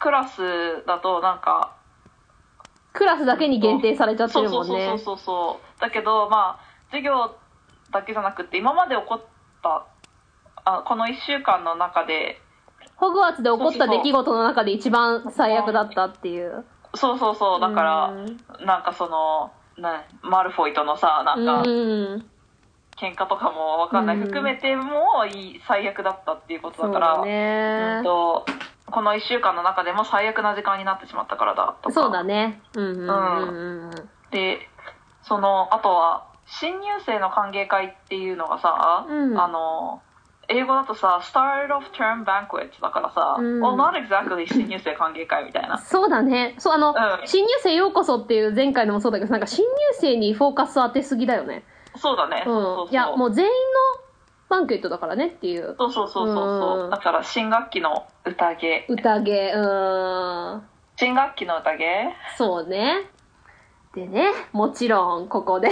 クラスだとなんか
クラスだけに限定されちゃって
そう
る
そう
も
んそうそ
ね
う。そうそうだけどまあ授業だけじゃなくて今まで起こったあこの1週間の中で
ホグワーツで起こった出来事の中で一番最悪だったっていう。
そうそうそうだからなんかそのなマルフォイとのさなんか、
うん。うん。
喧嘩とかもわかんない、
うん
含めてもいい最悪だったっていうこと
そ
だ
う
から
だね
うん。とこの1週間の中でも最悪な時間になってしまったからだとか
そうだね。うんうんうんうん。
でそのあとは新入生の歓迎会っていうのがさ、
うん
あの英語だとさ「Start of Term Banquet」だからさ「
うん
Well not exactly 新入生歓迎会」みたいな
そうだね。そう、あの、
うん
新入生ようこそっていう前回のもそうだけど、なんか新入生にフォーカス当てすぎだよね。
そうだね、
うん。
そうそうそう
いや、もう全員のバンケットだからねっていう。
そうそうそうそう、う
うん
だから新学期の宴
宴、うーん。
新学期の宴
そうね。でね、もちろん、ここで。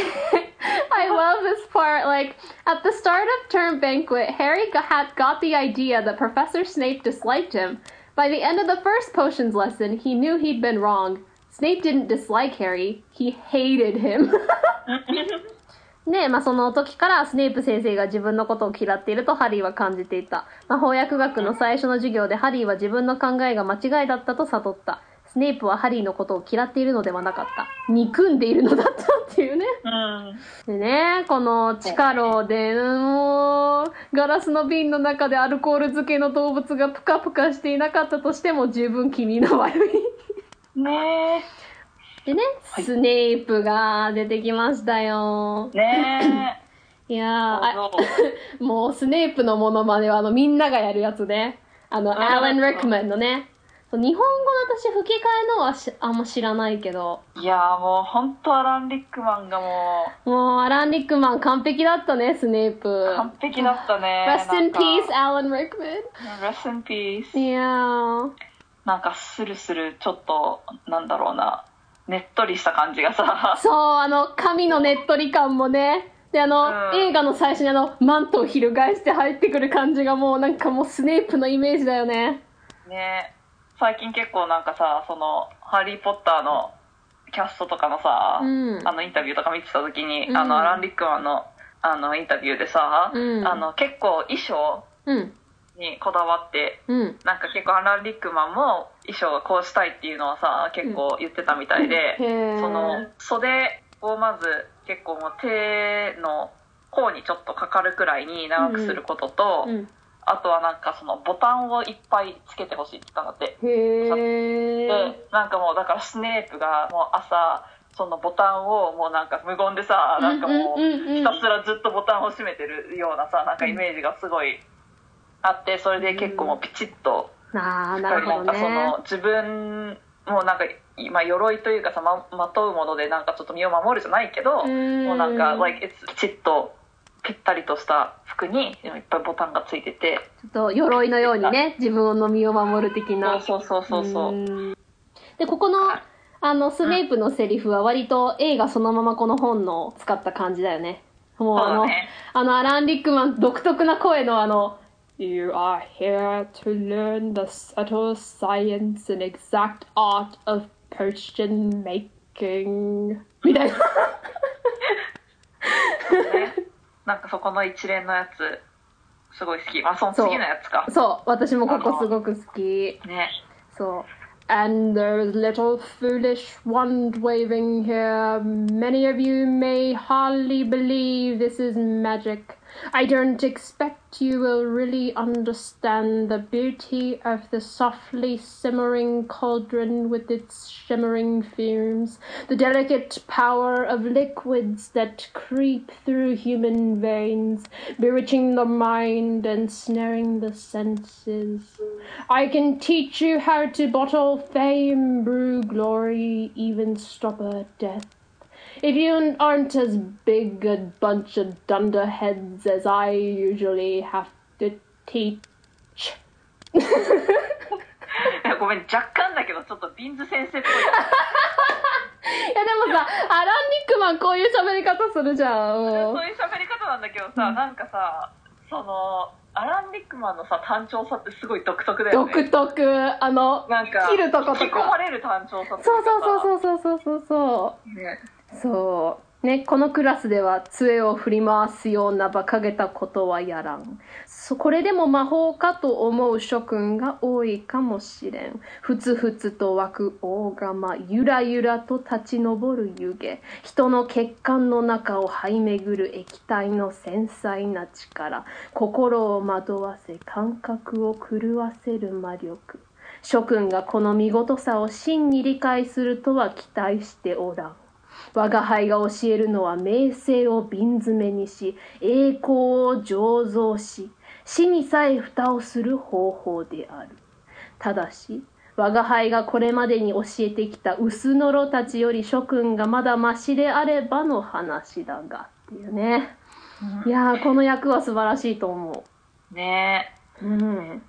I love this part. Like, at the start of term banquet, Harry got, had got the idea that Professor Snape disliked him. By the end of the first potions lesson, he knew he'd been wrong. Snape didn't dislike Harry, he hated him. [laughs] ねえ、まあ、その時からスネープ先生が自分のことを嫌っているとハリーは感じていた。魔法薬学の最初の授業でハリーは自分の考えが間違いだったと悟った。スネープはハリーのことを嫌っているのではなかった。憎んでいるのだったっていうね。
うん
でね、この地下牢で、もう、ガラスの瓶の中でアルコール漬けの動物がプカプカしていなかったとしても十分気味の悪い。
ね
でね、
はい
スネープが出てきましたよ
え。ねえ
いやー、あ [laughs]
そう
もうスネープのモノマネはあのみんながやるやつね。あの、
あ
アレン・リックマンのね。そう日本語の私吹き替えのはしあんま知らないけど、 [clears throat]
いやーもう本当アラン・リックマンがも
もうアラン・リックマン完璧だったね、スネープ。
う完璧だったね。
Rest in
なん
peace,
か
Alan Rickman.
Rest in peace。
いやー。
なんかスルスルちょっと、なんだろうな、ねっとりした感じが
[laughs]
さ。
そう、あの、髪のねっとり感もね。で、あの、
うん
映画の最初にあの、マントを翻して入ってくる感じがもうなんかもうスネープのイメージだよね。
ね最近結構なんかさ、その、ハリー・ポッターのキャストとかのさ、
うん
あのインタビューとか見てた時に、
うん
あの、アラン・リックマンの、あの、インタビューでさ、
うん
あの、結構衣装
うん、
にこだわって、
うん。
なんか結構アラン・リックマンも衣装がこうしたいっていうのはさ結構言ってたみたいで、
うんへー
その袖をまず結構もう手の甲にちょっとかかるくらいに長くすることと、
うん。
あとはなんかそのボタンをいっぱいつけてほしいって言ったんだって。
へ
で
ー。
なんかもうだからスネープがもう朝そのボタンをもうなんか無言でさなんかもう
うんうんうんうん
ひたすらずっとボタンを閉めてるようなさなんかイメージがすごいあってそれで結構もうピチッと。
ああ、な
なん
るほど
かそ
ね
の。自分もなんか今鎧というかさままとうものでなんかちょっと身を守るじゃないけど、
うん
もうなんか like it's きちっとぴったりとした服にでもいっぱいボタンがついてて、
ちょっと鎧のようにね、自分の身を守る的な。
そうそうそうそうそう。
うんで、ここの、あの、スネープのセリフは割と映画そのままこの本の使った感じだよね。もうあ
そ
の、
うだね
あの、アラン・リックマン独特な声のあの、You are here to learn the subtle science and exact art of potion making みたい
ね
な
なんかそこの一連のやつすごい好きまあその次のやつか
そう私もここすごく好き
ね [laughs]
そう And there is little foolish wand waving here. Many of you may hardly believe this is magic. I don't expect you will really understand the beauty of the softly simmering cauldron with its shimmering fumes, the delicate power of liquids that creep through human veins, bewitching the mind, ensnaring the senses. I can teach you how to bottle fame, brew glory, even stopper death. If you aren't as big a bunch of dunderheads as I usually have to teach.
いやごめん若干だけどちょっとビンズ先生っぽい
いやでもさ、アラン・ニックマンこういう喋り方するじゃん。もう
そういう喋り方なんだけどさ、なんかさそのアラン・リックマンのさ単調さってすごい独特だよね
独特、あの、
なんか
切るとことか
引き込まれる単調さと
そうそう
う
そうそうそうそうそう。
そう、ね、
そう。ね、このクラスでは杖を振り回すような馬鹿げたことはやらん。そこれでも魔法かと思う諸君が多いかもしれん。ふつふつと湧く大釜、ゆらゆらと立ち上る湯気。人の血管の中を這い巡る液体の繊細な力。心を惑わせ、感覚を狂わせる魔力。諸君がこの見事さを真に理解するとは期待しておらん。我が輩が教えるのは名声を瓶詰めにし栄光を醸造し死にさえ蓋をする方法であるただし我が輩がこれまでに教えてきた薄のろたちより諸君がまだましであればの話だがっていうねいやーこの役は素晴らしいと思
ね
ううん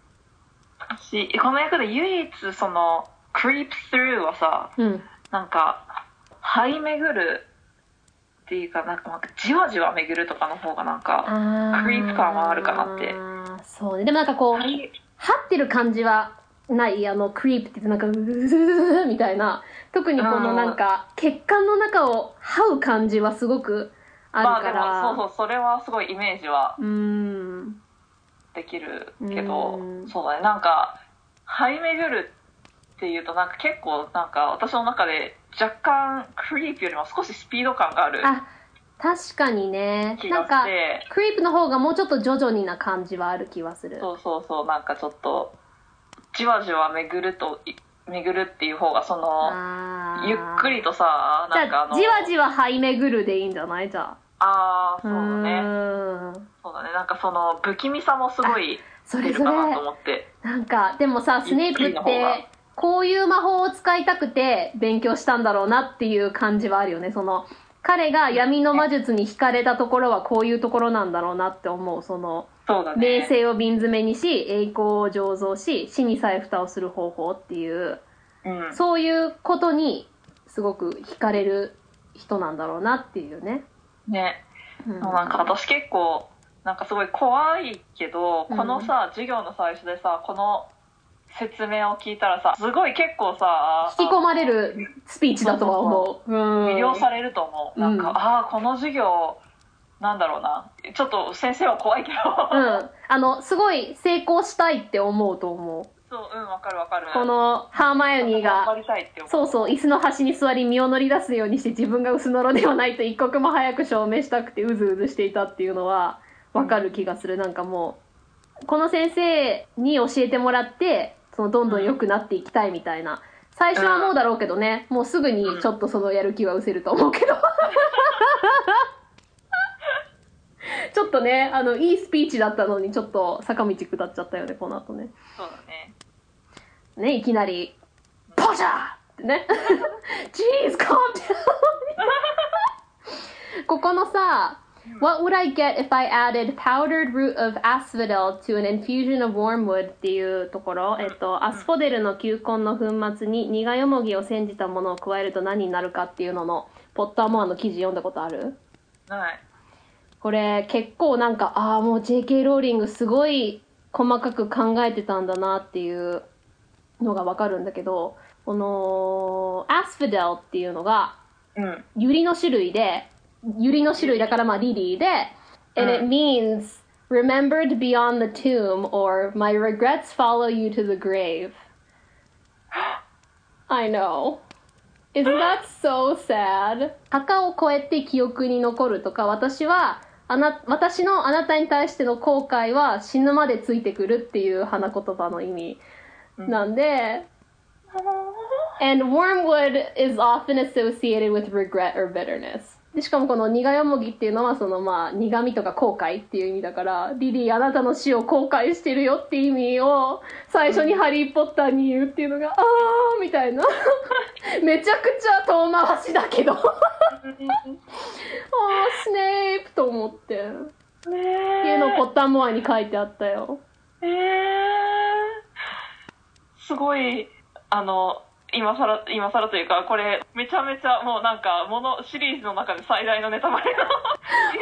私この役で唯一その「クリープ・スルー」はさ
うん
なんか「這い巡る」っていうかなんかなんかじわじわ巡るとかの方がなんか
あ
クリープ感はあるかなって
そうねでもなんかこう、
はい
張ってる感じはないあのクリープってなんかうーみたいな特にこのなんか血管の中を這う感じはすごく
ま
あ
あ
る
で
から、
もそうそうそれはすごいイメージは
うーん
できるけど
うん
そうだねなんか「這い巡る」っていうとなんか結構なんか私の中で若干クリープよりも少しスピード感がある
あ確かにね
気
な
が
んか
して
クリープの方がもうちょっと徐々にな感じはある気はする
そうそうそうなんかちょっとじわじわ巡るとい巡るっていう方がその
あー
ゆっくりとさ
じ
なんかあ
ゃあ
の
じわじわ這い巡るでいいんじゃないじゃあ
ああそうだ
う
ね
ーん
そうだねなんかその不気味さもすごい
そ
出
れ
る
そ
か
れ
なと思って
なんかでもさスネープ
ゆっくりの
っ
方が
てこういう魔法を使いたくて勉強したんだろうなっていう感じはあるよねその彼が闇の魔術に惹かれたところはこういうところなんだろうなって思うその
そうだ
名
ね
声を瓶詰めにし栄光を醸造し死にさえ蓋をする方法っていう
うん
そういうことにすごく惹かれる人なんだろうなっていうね。
ね
うん
もうなんか私結構なんかすごい怖いけど
うん
このさ、授業の最初でさこの説明を聞いたらさすごい結構さ
引き込まれるスピーチだとは思う。うん
魅了されると思う、
うん
なんかああこの授業なんだろうなちょっと先生は怖い
[laughs]
けど、
うん、あのすごい成功したいって思うと思う
そううんわかるわかる
このハーマイオニー
頑張
が
りたいって思う
そうそう椅子の端に座り身を乗り出すようにして自分が薄のろではないと一刻も早く証明したくてうずうずしていたっていうのはわかる気がするなんかもうこの先生に教えてもらってそのどんどん良くなっていきたいみたいな最初はもうだろうけどねもうすぐにちょっとそのやる気は失せる [laughs] と思うけどちょっとねあのいいスピーチだったのにちょっと坂道下っちゃったよねこの後ね
そうだね
ね、いきなり、ポシャーってね。Jeez, calm down! [laughs] ここのさ、What would I get if I added powdered root of asphodel to an infusion of wormwood っていうところ、えっと、アスフォデルの球根の粉末に苦よもぎを煎じたものを加えると何になるかっていうのの、ポッターモアの記事読んだことある
はい
これ結構なんか、ああ、もう JK ローリングすごい細かく考えてたんだなっていうのがわかるんだけど、このアスフィデルっていうのが
うん。
ユリの種類で、ユリの種類だからまあリリーで、and it
うん
means remembered beyond the tomb or my regrets follow you to the grave. [gasps] I know. Isn't that so sad? 墓を越えて記憶に残るとか、私は、あな、私のあなたに対しての後悔は死ぬまでついてくるっていう花言葉の意味なんで、And wormwood is often associated with regret or bitterness. でしかもこの苦よもぎっていうのはそのまあ苦味とか後悔っていう意味だからリリーあなたの死を後悔してるよって意味を最初に「ハリー・ポッター」に言うっていうのがあーみたいな [laughs] めちゃくちゃ遠回しだけど [laughs] あースネープと思って [laughs]
ね
っていうのをポッターモアに書いてあったよ
えー、すごい、あの、今さら、今さらというか、これ、めちゃめちゃ、もうなんか、もの、シリーズの中で最大のネタバレの。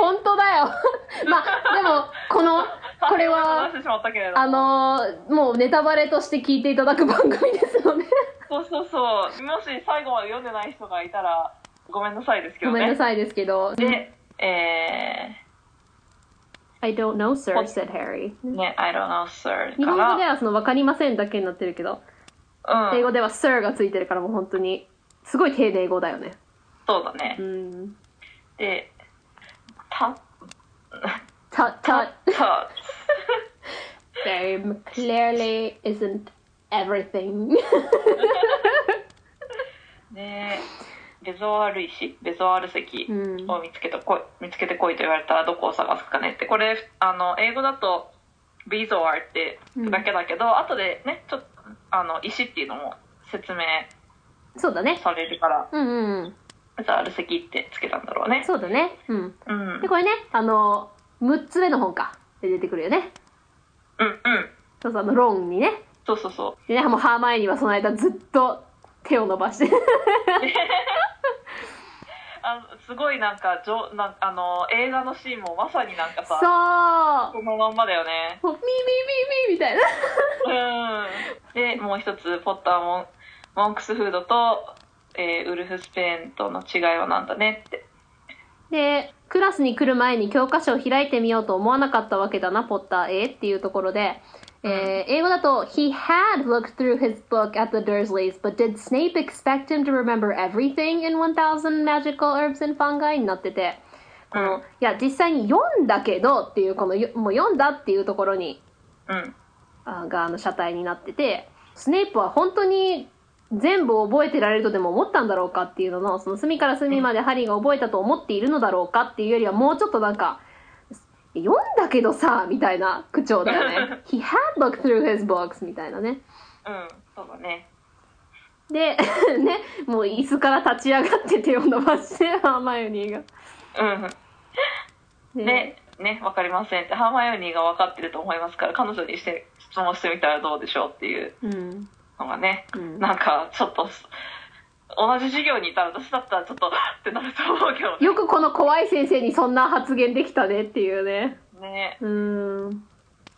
本当だよ [laughs] まあでもこの [laughs] これは
話してしまったけれど。
あのーもうネタバレとして聞いていただく番組ですので、
そうそうそう。もし最後まで読んでない人がいたら、ごめんなさいですけ
ご
どね。
めんなさいですけど。
で、え
I don't know, sir,
はい
said Harry.
ー、ね、I don't know, sir.
日
か
本語で
ら、
はその分かりませんだけになってるけど、
う
英
ん。
語では sir がついてるからもう本当に、すごい丁寧語だよね。
そうだね
う。ん。
で、た、 [laughs]
た、た、
た、
very clearly isn't everything.
[laughs] ねベゾアール石ベゾアール石
うん
を見つけてこい、見つけてこいと言われたらどこを探すかねってこれあの英語だとビゾアールってだけだけど、後でねちょっとあの石っていうのも説明
[laughs] そうだね。
されるから
うんうんうん。
ベゾアール石ってつけたんだろうね
そうだね。うん。
うんうん
で、これね、あの、6つ目の本か。で出てくるよね。
うん
そうそう、あの、ローンにね。
そうそうそう
でね、もうハーマイオニーはその間ずっと手を伸ばして
あのすごいなんかじょなんあの映画のシーンもまさになんかさ
そう
このまんまだよね
もうミーミーミーミーみたいな
うんでもう一つポッターモンモンクスフードと、えーウルフスペーンとの違いはなんだねって
でクラスに来る前に教科書を開いてみようと思わなかったわけだなポッターへっていうところで、えー英語だと「He had looked through his book at the Dursleys but did Snape expect him to remember everything in 1000 magical herbs and fungi」になっててこの、
うん
いや実際に読んだけどっていうこのよもう読んだっていうところに
うん
あがあの車体になっててスネープは本当に全部覚えてられるとでも思ったんだろうかっていうののその隅から隅までハリーが覚えたと思っているのだろうかっていうよりはもうちょっとなんか読んだけどさみたいな口調だよね He had looked through his books みたいなね
うんそうだね
でねもう椅子から立ち上がって手を伸ばしてハーマイオニーが
うんでねわかりませんってハーマイオニーが分かってると思いますから彼女にして質問してみたらどうでしょうっていう
うん
のがね、
うん
なんかちょっと同じ授業にいたら私だったらちょっと [laughs] ってなると思うけど
よくこの怖い先生にそんな発言できたねっていうね
ね
うん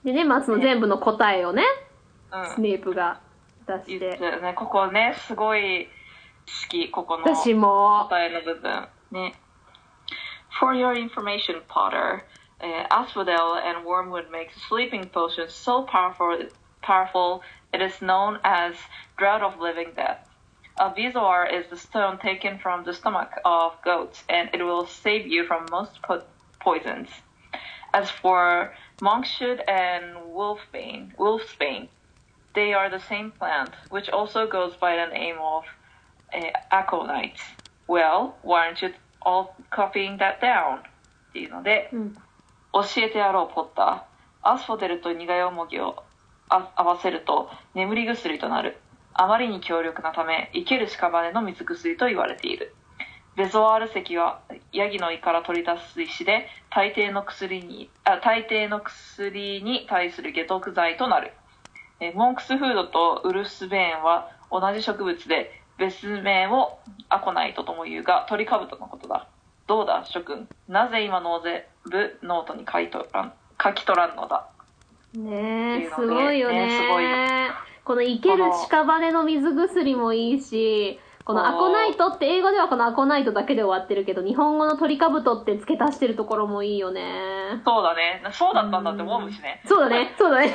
でねまあその全部の答えをね
う
ス
ん
ネープが
言
出し
って
て
たよねここねすごい好きここの
私も
答えの部分ね。For your information, Potter, uh, asphodel and wormwood make sleeping potions so powerful, powerful it is known as draught of living death. A bezoar is the stone taken from the stomach of goats, and it will save you from most po- poisons. As for monkshood and wolfbane, wolfsbane, they are the same plant, which also goes by the name of uh, aconite. Well, weren't you all copying that down? っていうので、
ん
教えてやろう、ポッター。アスフォテルと苦いおもぎをあ合わせると眠り薬となる。あまりに強力なため、生ける屍の水薬と言われている。ベゾアール石はヤギの胃から取り出す石で、大抵の薬に、あ大抵の薬に対する解毒剤となる。えーモンクスフードとウルスベーンは同じ植物で別名をアコナイトとも言うがトリカブトのことだどうだ諸君なぜ今の全部ノートに書いとらん書き取らんのだ
ね
っていうの
え
です
ごいよね
ねすごいよ
この生ける屍の水薬もいいし、このアコナイトって英語ではこのアコナイトだけで終わってるけど、日本語の鳥かぶとって付け足してるところもいいよね。
そうだねそうだったんだって思うしね
そうだね、そうだね。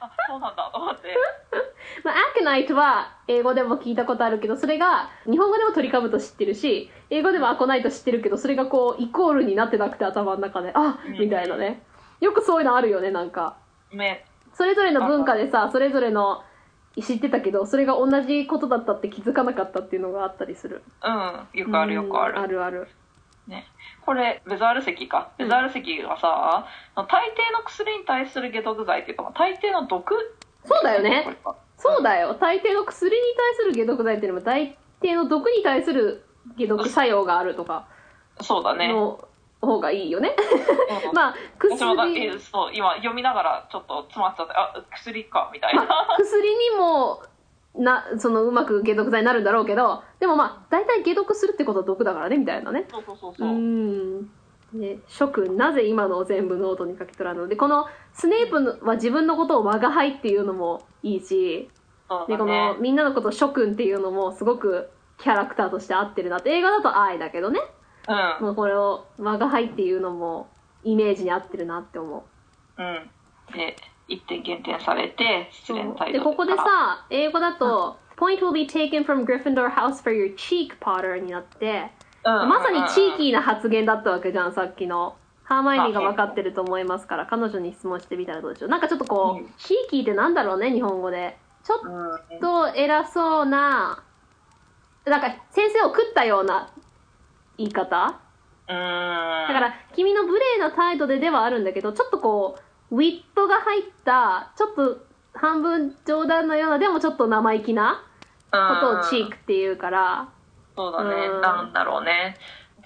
あそうなんだと思って
[laughs] まあ、アクナイトは英語でも聞いたことあるけど、それが日本語でも鳥かぶと知ってるし、英語でもアコナイト知ってるけど、それがこうイコールになってなくて頭の中で、あ
うん
みたいなね。よくそういうのあるよね、なんか。
ね
それぞれの文化でさそれぞれの知ってたけどそれが同じことだったって気づかなかったっていうのがあったりする
うんよくあるよくある
うんあるある
ね、これベザール石か
うん
ベザール石がさ、大抵の薬に対する解毒剤っていうかまあ大抵の毒
そうだよ
これ
ね
か
そうだよ大抵の薬に対する解毒剤っていうのも大抵の毒に対する解毒作用があるとか
そうだね、
の方がいいよね
うん
まあ薬
私もだえそう今読みながらちょっと詰まっちゃってあ薬かみたいな、
薬にもなそのうまく解毒剤になるんだろうけどでもまあ大体解毒するってことは毒だからねみたいなね
[laughs] そうそうそう
う
そう、
んね、諸君なぜ今のを全部ノートに書き取らんのでこのスネープのは自分のことを「我が輩」っていうのもいいし
そう
で
だ
この
ね
みんなのことを諸君っていうのもすごくキャラクターとして合ってるなって映画だと「愛」だけどね
うん
もうこれを「我が輩」っていうのもイメージに合ってるなって思う。
うんで1点減点されて失恋態
で
度
ここでさ英語だと「Point will be taken from Gryffindor House for your cheek potter」になって
うんうん
まさに地域な発言だったわけじゃん、さっきの。ハーマイオニーが分かってると思いますから、彼女に質問してみたらどうでしょう。なんかちょっとこ
うん
う、地域ってなんだろうね、日本語で。ちょ
う
っ
んうん
と偉そうな、なんか先生を食ったような言い方だから、君の無礼な態度でではあるんだけど、ちょっとこう、ウィットが入った、ちょっと半分冗談のような、でもちょっと生意気なことをチークっていうから、
そうだね、
うん
なんだろうね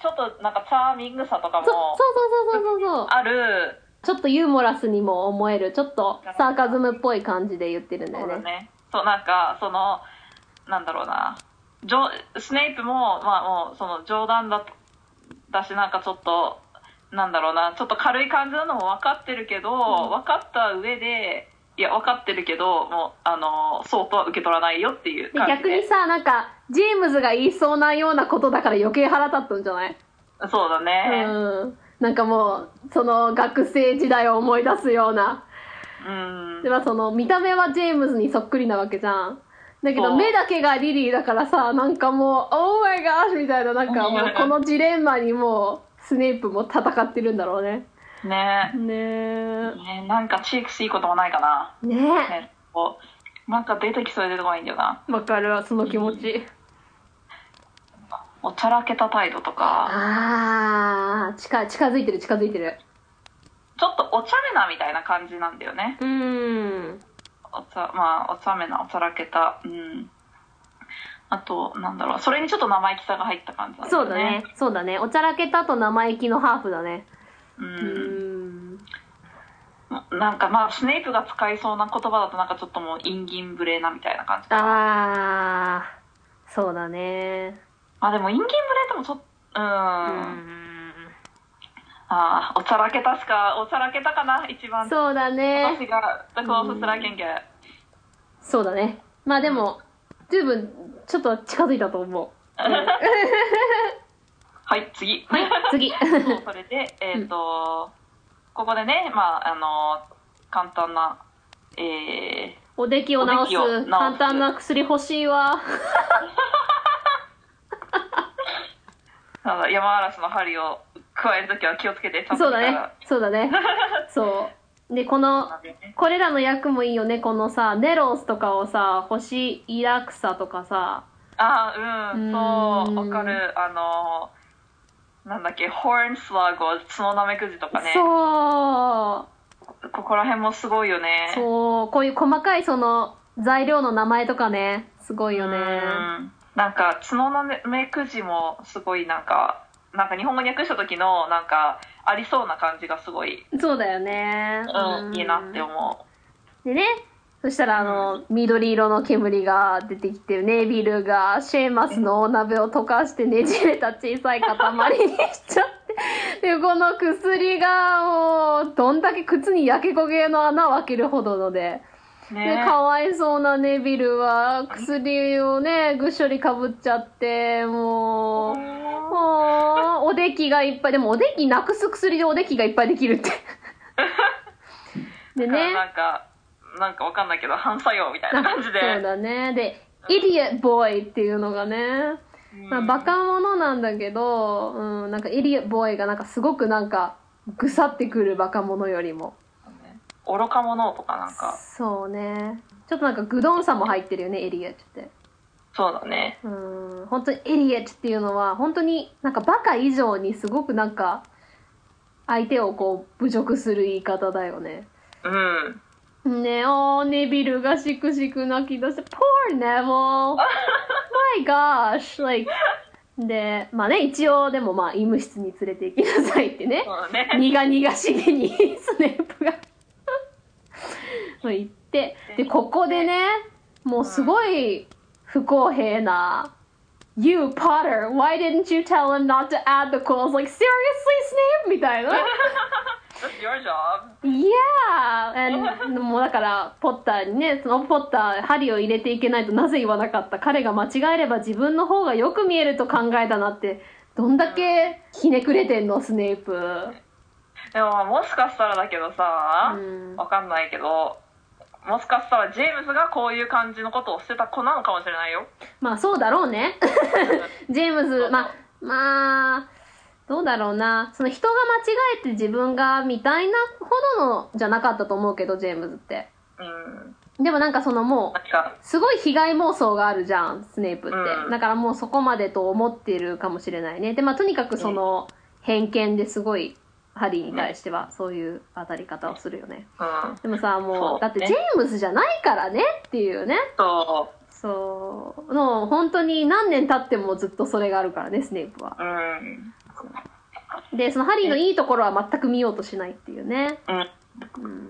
ちょっとなんかチャーミングさとか
そ
も
そうそうそうそうそうそう。
ある
ちょっとユーモラスにも思えるちょっとサーカズムっぽい感じで言ってるんだ
そう
よ
だ
ね
ねそうなんかそのなんだろうなジョスネイプも,、まあ、もうその冗談だだしなんかちょっとなんだろうなちょっと軽い感じなのも分かってるけど、分かった上でいや分かってるけどもうあのそうとは受け取らないよっていう
で
感じ
逆
で
にさなんかジェームズが言いそうなようなことだから余計腹立ったんじゃない、
そうだね
うんなんかもうその学生時代を思い出すような
うん、
ではその見た目はジェームズにそっくりなわけじゃんだけ
そ
ど
う
目だけがリリーだからさなんかもう「オーマイガーシみたいななんかもうこのジレンマにもうスネープも戦ってるんだろうね
ね
ねえ
ねなんかチークスいいこともないかな、
ね
ね、こうなんか出てきそうで出てこないんだよな
えわかるわその気持ち
おちゃらけた態度とか
ああ、近、近づいてる、近づいてる。
ちょっとおちゃめなみたいな感じなんだよね
うーん。
お茶まあお茶目なおちゃらけたうんあとなんだろうそれにちょっと生意気さが入った感じなん
そうだね。そうだね。おちゃらけたと生意気のハーフだね。
う
うんん。
なんかまあスネイプが使いそうな言葉だとなんかちょっともう陰銀無礼なみたいな感じかな
ああ、そうだね。
まあでも陰銀無礼でもちょっとうん、
う
ああおちゃらけたしかおちゃらけたかな一番
そうだね。
私がだからそすらけんけ
そうだね。まあでも、十分、ちょっと近づいたと思
はい次
う。はい、次。
[laughs] そうそれで、えーとここでね、まあ、あの簡単な、え
おできを直す
おできを直す
簡単な薬欲しいわ。
ー、なんだ山嵐の針を加えるときは気をつけてちゃんと
そう
見た
だね
ら。
そうだ [laughs] ね。そう。で、この、これらの役もいいよねこのさネロスとかをさ星イラクサとかさ
あうんそう
うーん
わかるあのなんだっけホーンスラゴツノナメクジとかね
そう
ここら辺もすごいよねう
そうこういう細かいその材料の名前とかねすごいよね
んなんかツノナメクジもすごいなんかなんか日本語に訳した時のなんかありそうな感じがすごい、
そうだよね
うんいいなって思う
でねそしたらあの緑色の煙が出てきてネイビルがシェーマスのお鍋を溶かしてねじれた小さい塊にし
[laughs]
ちゃってでこの薬がもうどんだけ靴に焼け焦げの穴を開けるほどのでね、
ね
かわいそうなネビルは薬をねぐっしょりかぶっちゃってもうあーおできがいっぱいでもおできなくす薬でおできがいっぱいできるってで
だ [laughs] から
ね
なんか、なんかわかんないけど、反作用みたいな
あ
感じで。
そうだねで「イディエットボーイ」っていうのがね、
うん
まあ、バカ者なんだけど、うん、なんか「イディエットボーイ」がなんかすごくなんかぐさってくるバカ者よりも
愚か者とかなんか、
そうねちょっとなんかグドンさも入ってるよね「イディエットって
そうだね。
うん本当に「イディエットっていうのは本当になんかバカ以上にすごくなんか相手をこう侮辱する言い方だよね
うん。
ねおネビルがしくしく泣き出して、Poor Neville! My gosh! Like, で、まあね、一応でもまあ、医務室に連れて行きなさいってね、
そうだね。 [laughs]
苦々しげに [laughs] スネープがまあ言って、で、ここでね、もうすごい不公平な、You, Potter, why didn't you tell him not to add the coals? Like, seriously, Snape? みたいな。
That's your job.
いやー and [laughs] もうだからポッターにねそのポッター針を入れていけないとなぜ言わなかった彼が間違えれば自分の方がよく見えると考えたなってどんだけひねくれてんのスネープ
でもまあ、もしかしたらだけどさ
う、ん
わかんないけど、もしかしたらジェームズがこういう感じのことをしてた子なのかもしれない
[laughs]
よ。
まあそうだろうねジェームズまあまあどうだろうなその人が間違えて自分がみたいなほどのじゃなかったと思うけどジェームズって
うん。
でもなんかそのもう
なんか、
すごい被害妄想があるじゃんスネープって、
うん
だからもうそこまでと思ってるかもしれないねでまあとにかくその偏見ですごいハリーに対してはそういう当たり方をするよね
うん。
でもさも
そうう
だって
ね
ジェームスじゃないからねっていうね
そ
そうの本当に何年経ってもずっとそれがあるからねスネープは
う。うん。
でそのハリーのいいところは全く見ようとしないっていうね
うん。
うん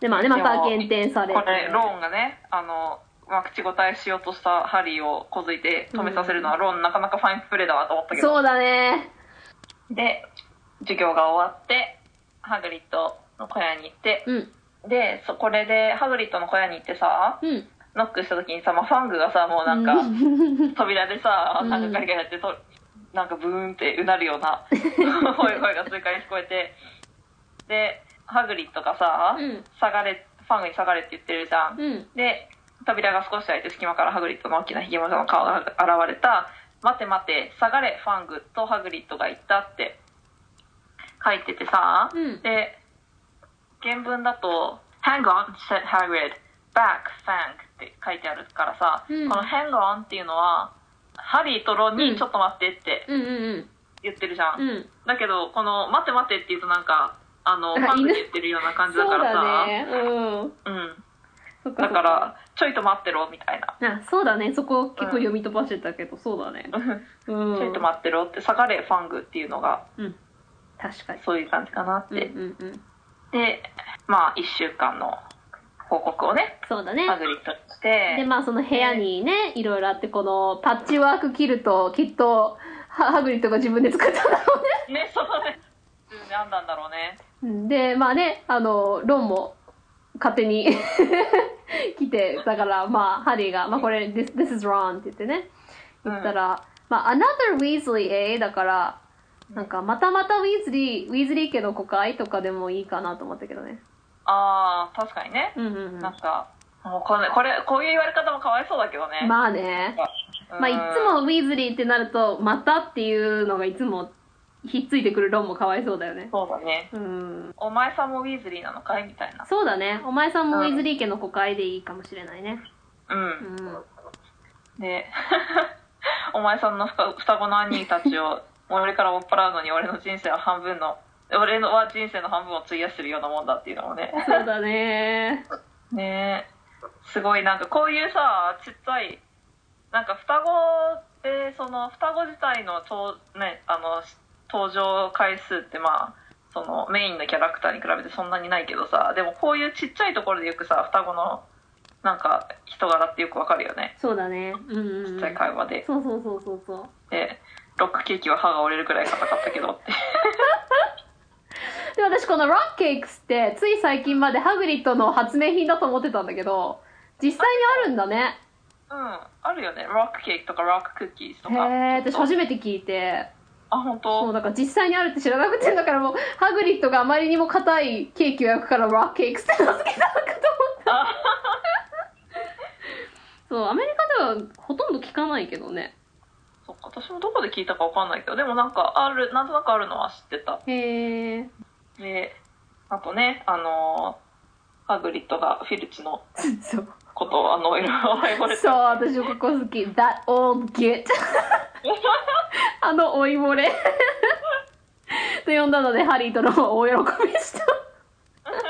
でまあねまた減点されて
これローンがねあの、まあ、口答えしようとしたハリーを小突いて止めさせるのは、ローンなかなかファインプレーだわと思ったけど
そうだね
で授業が終わってハグリッドの小屋に行って
うん
でそこれでハグリッドの小屋に行ってさ
うん
ノックした時にさ、まあ、ファングがさもうなんか、
[laughs]
扉でさ
うん
なんかガリガリやってとなんかブーンってうなるよう
[laughs]
な声声が数回聞こえてでハグリッドがさ、
うん
下がれファングに下がれって言ってるじゃん
うん
で扉が少し開いて隙間からハグリッドの大きなヒゲモの顔が現れた「待て待て下がれファング」とハグリッドが言ったって書いててさ、
うん
で原文だと「Hang on」said Hagrid「Back Fang」って書いてあるからさ、
うん
この「Hang on」っていうのはハリーとロン
うん
に「ちょっと待って」って
うんうん
言ってるじゃん、
うんうん
だけどこの「待て待て」って言うとなんかあの
あ
ファングに言ってるような感じだからさ
そうだねうん
うん、
そっかそ
だ
っ
から「ちょいと待ってろ」みたいな。
あそうだねそこ結構読み飛ばしてたけど、そうだねうん
ちょいと待ってろって下がれファングっていうのが
確かに
そういう感じかなって、
うんうんうん
でまあ1週間の報告をね
そうだね
マグリットにし
で
て
まあその部屋にねいろいろあってこのパッチワークキルトきっとハハグリッドが自分で作ったんだろ
ねそのねうんなんだんだろうね
うねでまあねあのロンも勝手に [laughs] 来てだからまあハリーが「まあ、これ this, this is Ron」って言ってね言ったら、まあ「another Weasley えだからなんかまたまたウィーズリーウィーズリー家の子かいとかでもいいかなと思ったけどね
あー確かにね、
うんうんうん
なんかもうこれこれこういう言われ方もかわいそうだけどね、
まあね
うん
まあいつもウィーズリーってなるとまたっていうのがいつもひっついてくるロンもかわいそうだよね
そうだね
うん
お前さんもウィーズリーなのかいみたいな
そうだねお前さんもウ
うん
ィーズリー家の子かいでいいかもしれないね
うん
うん
で [laughs] お前さんのふか双子の兄たちを俺から追っ払うのに俺の人生は半分の俺のは人生の半分を費やしてるようなもんだっていうのもね
そうだね
ねえすごいなんかこういうさちっちゃいなんか双子でその双子自体のと、ね、あのし登場回数ってまあそのメインのキャラクターに比べてそんなにないけどさでもこういうちっちゃいところでよくさ双子のなんか人柄ってよくわかるよね
そうだねうんうん
ち
う
っ
ん
ちゃい会話で。
そうそうそうそうそう
でロックケーキは歯が折れるくらい硬かったけどって
で私このロックケイクスってつい最近までハグリッドの発明品だと思ってたんだけど実際にあるんだね
うんあるよねロックケーキとかロッククッキーズと
へ
か
え私初めて聞いて
あ本
そう
当
だから実際にあるって知らなくてだからもうハグリッドがあまりにも硬いケーキを焼くからロックケイクスって名付けたのかと思ったそうアメリカではほとんど聞かないけどね
そっか私もどこで聞いたかわかんないけどでもなんかあるなんとなくあるのは知ってた
へえ
であとねあのーハグリッドがフィルチの
そう
ことをあのいろいろ言われて
そう私ここ好き「That old git 」 [laughs] あの老いぼれと呼んだのでハリーとロンは大喜びした [laughs]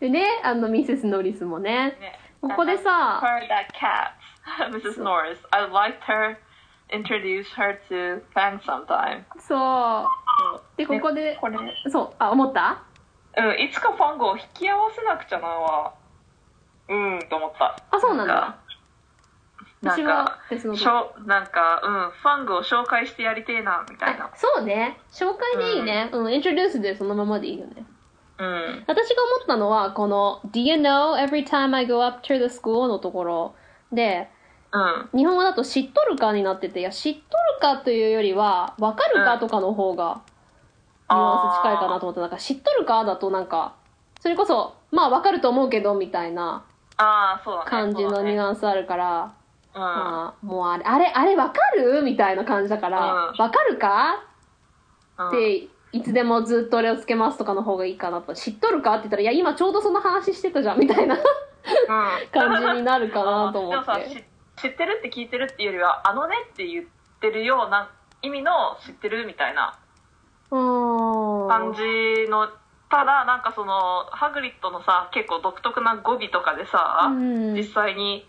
でねあのミセス・ノリスもね
[laughs] ね
ここで
I
さ
heard that cat, [laughs] Mrs. Norris. I liked her. Introduce her to Fang sometime.
そうでここで
これ、
そうあ思った
うん、いつかファンゴを引き合わせなくちゃなは、うん、と思った。
あそうなんだ
なん
私は
か、
別の
しょなんか、うん、ファンゴを紹介してやりてえな、みたいな
あ。そうね紹介でいいねうん、イントロデュースでそのままでいいよね
うん。
私が思ったのはこの「Do you know every time I go up to the school」のところで
うん。
日本語だと知っとるかになってて、いや、知っとるかというよりは、わかるかとかの方が、ニュアンス近いかなと思って、なんか知っとるかだとなんか、それこそ、まあわかると思うけど、みたいな
ああ、そうだね。
感じのニュアンスあるから、
そうだね
まあ、もうあれ、あれ、あれわかるみたいな感じだから、
う
わ
ん
かるか
うん。うん
って、いつでもずっとあれをつけますとかの方がいいかなと、知っとるかって言ったら、いや、今ちょうどその話してたじゃん、みたいな感じになるかなと思
[laughs] あー
っ
でも
て。
さし知ってるって聞いてるっていうよりはあのねって言ってるような意味の知ってるみたいな
うーん。
感じのただなんかそのハグリッドのさ結構独特な語尾とかでさ、
うん
実際に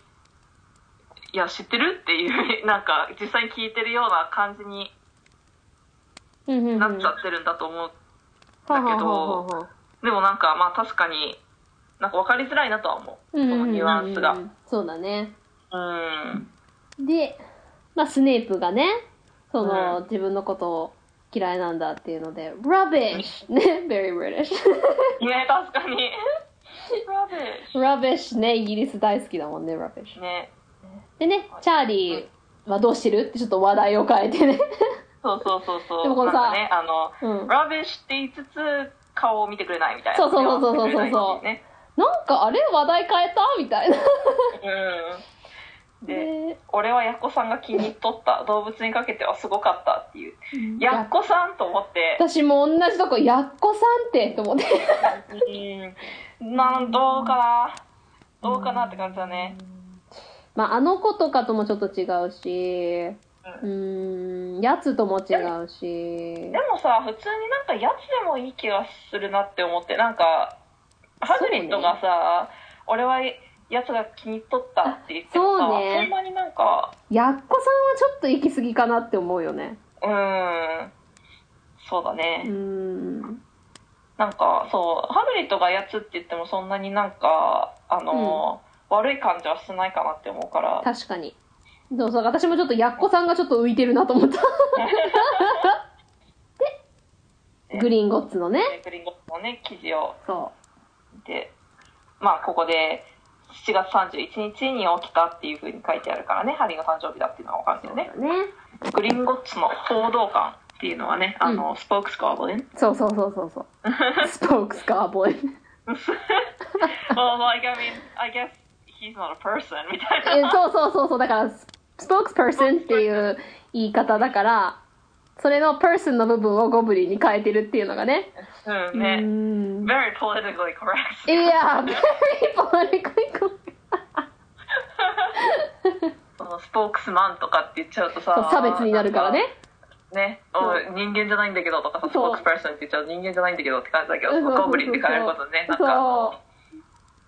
「いや知ってる?」っていう [laughs] なんか実際に聞いてるような感じに
うんうんうん
なっちゃってるんだと思う、
は
だけど
はははは
でもなんかまあ確かになんか分かりづらいなとは思う、このニュアンスが
うんうんうんうんそうだね
うん
で、まあ、スネープがねその、
う
自分のことを嫌いなんだっていうので「rubbish」ね [laughs] very British
ね確か
[laughs]
にラベ
rubbish ねイギリス大好きだもんね rubbish
ね
でねチャーリーはどうしてるってちょっと話題を変え
[laughs]
てね
そうそうそうそう。
でもこのさ
なんかね、あの、
うん
ラビッシュって言いつつ、顔を見てくれないみたいな。
そうそうそうそうそう
見
そう
てくれないっていね。
なんかあれ話題変えたみたいな
うん。で、
で
俺はヤッコさんが気に入っとった。動物にかけてはすごかったっていう。ヤッコさんと思って、
私も同じとこやっこさんってと思って
うん。なん、どうかな。どうかなって感じだね。
まああの子とかともちょっと違うしう
うん
ーんやつとも違うし
でもさ、普通になんかやつでもいい気がするなって思って、なんか、ハグリッドがさ、俺はやつが気に入っとったって言ってもさ、
そうね
そんなになんか、
やっこさんはちょっと行き過ぎかなって思うよね
うーんそうだ
うー
ね。
ん
なんか、そう、ハグリッドがやつって言ってもそんなになんか、あのー、悪い感じはしないかなって思うから。
確かにそうそう私もちょっとやっこさんがちょっと浮いてるなと思った
[laughs]
でグリーンゴッツのね
グリンゴッツのね、記事を
そ
見て、まあ、ここで、7月31日に起きたっていうふうに書いてあるからね、ハリーの誕生日だっていうのはわかるんだよね。
うね
グリンゴッツの報道官っていうのはね、あの、スポークスカーボ
[laughs]
デン。
そうそうそうそうそうスポークスカーボーイ
[laughs] well, like, I mean, I guess he's not a person みたい
え
な。
そうそうそうそうだからススポークスパーソンっていう言い方だからそれのパーソンの部分をゴブリンに変えてるっていうのがね
うん
う
ね。
ーん
Very politically correct.
いや very politically correct
[laughs] そのスポークスマンとかって言っちゃうと
[laughs] そう
さ
差別になるからね
ねおい人間じゃないんだけどとかさスポークスパーソンって言っちゃうと人間じゃないんだけどって感じだけど
そ
そう
そう
の
そう
ゴブリンって変えることでねなん
そう
かあの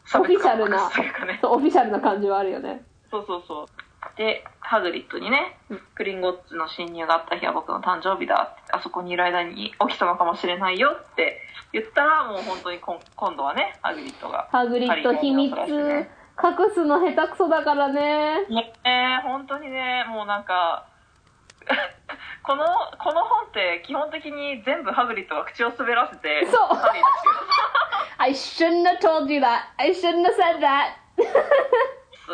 差別感
オフィシャルな
というかね
そうオフィシャルな感じはあるよね
そうそうそうでハグリッドにねクリンゴッツの侵入があった日は僕の誕生日だってあそこにいる間に起きたのかもしれないよって言ったらもう本当にこん今度はねハグリッドが
ハグリッド秘密
ハリーの
隠
ね
すの下手くそだからね
ねえ本当にねもうなんか [laughs] このこの本って基本的に全部ハグリッドが口を滑らせて
そう
ハリーですよ
I shouldn't have told you that. I shouldn't have said that.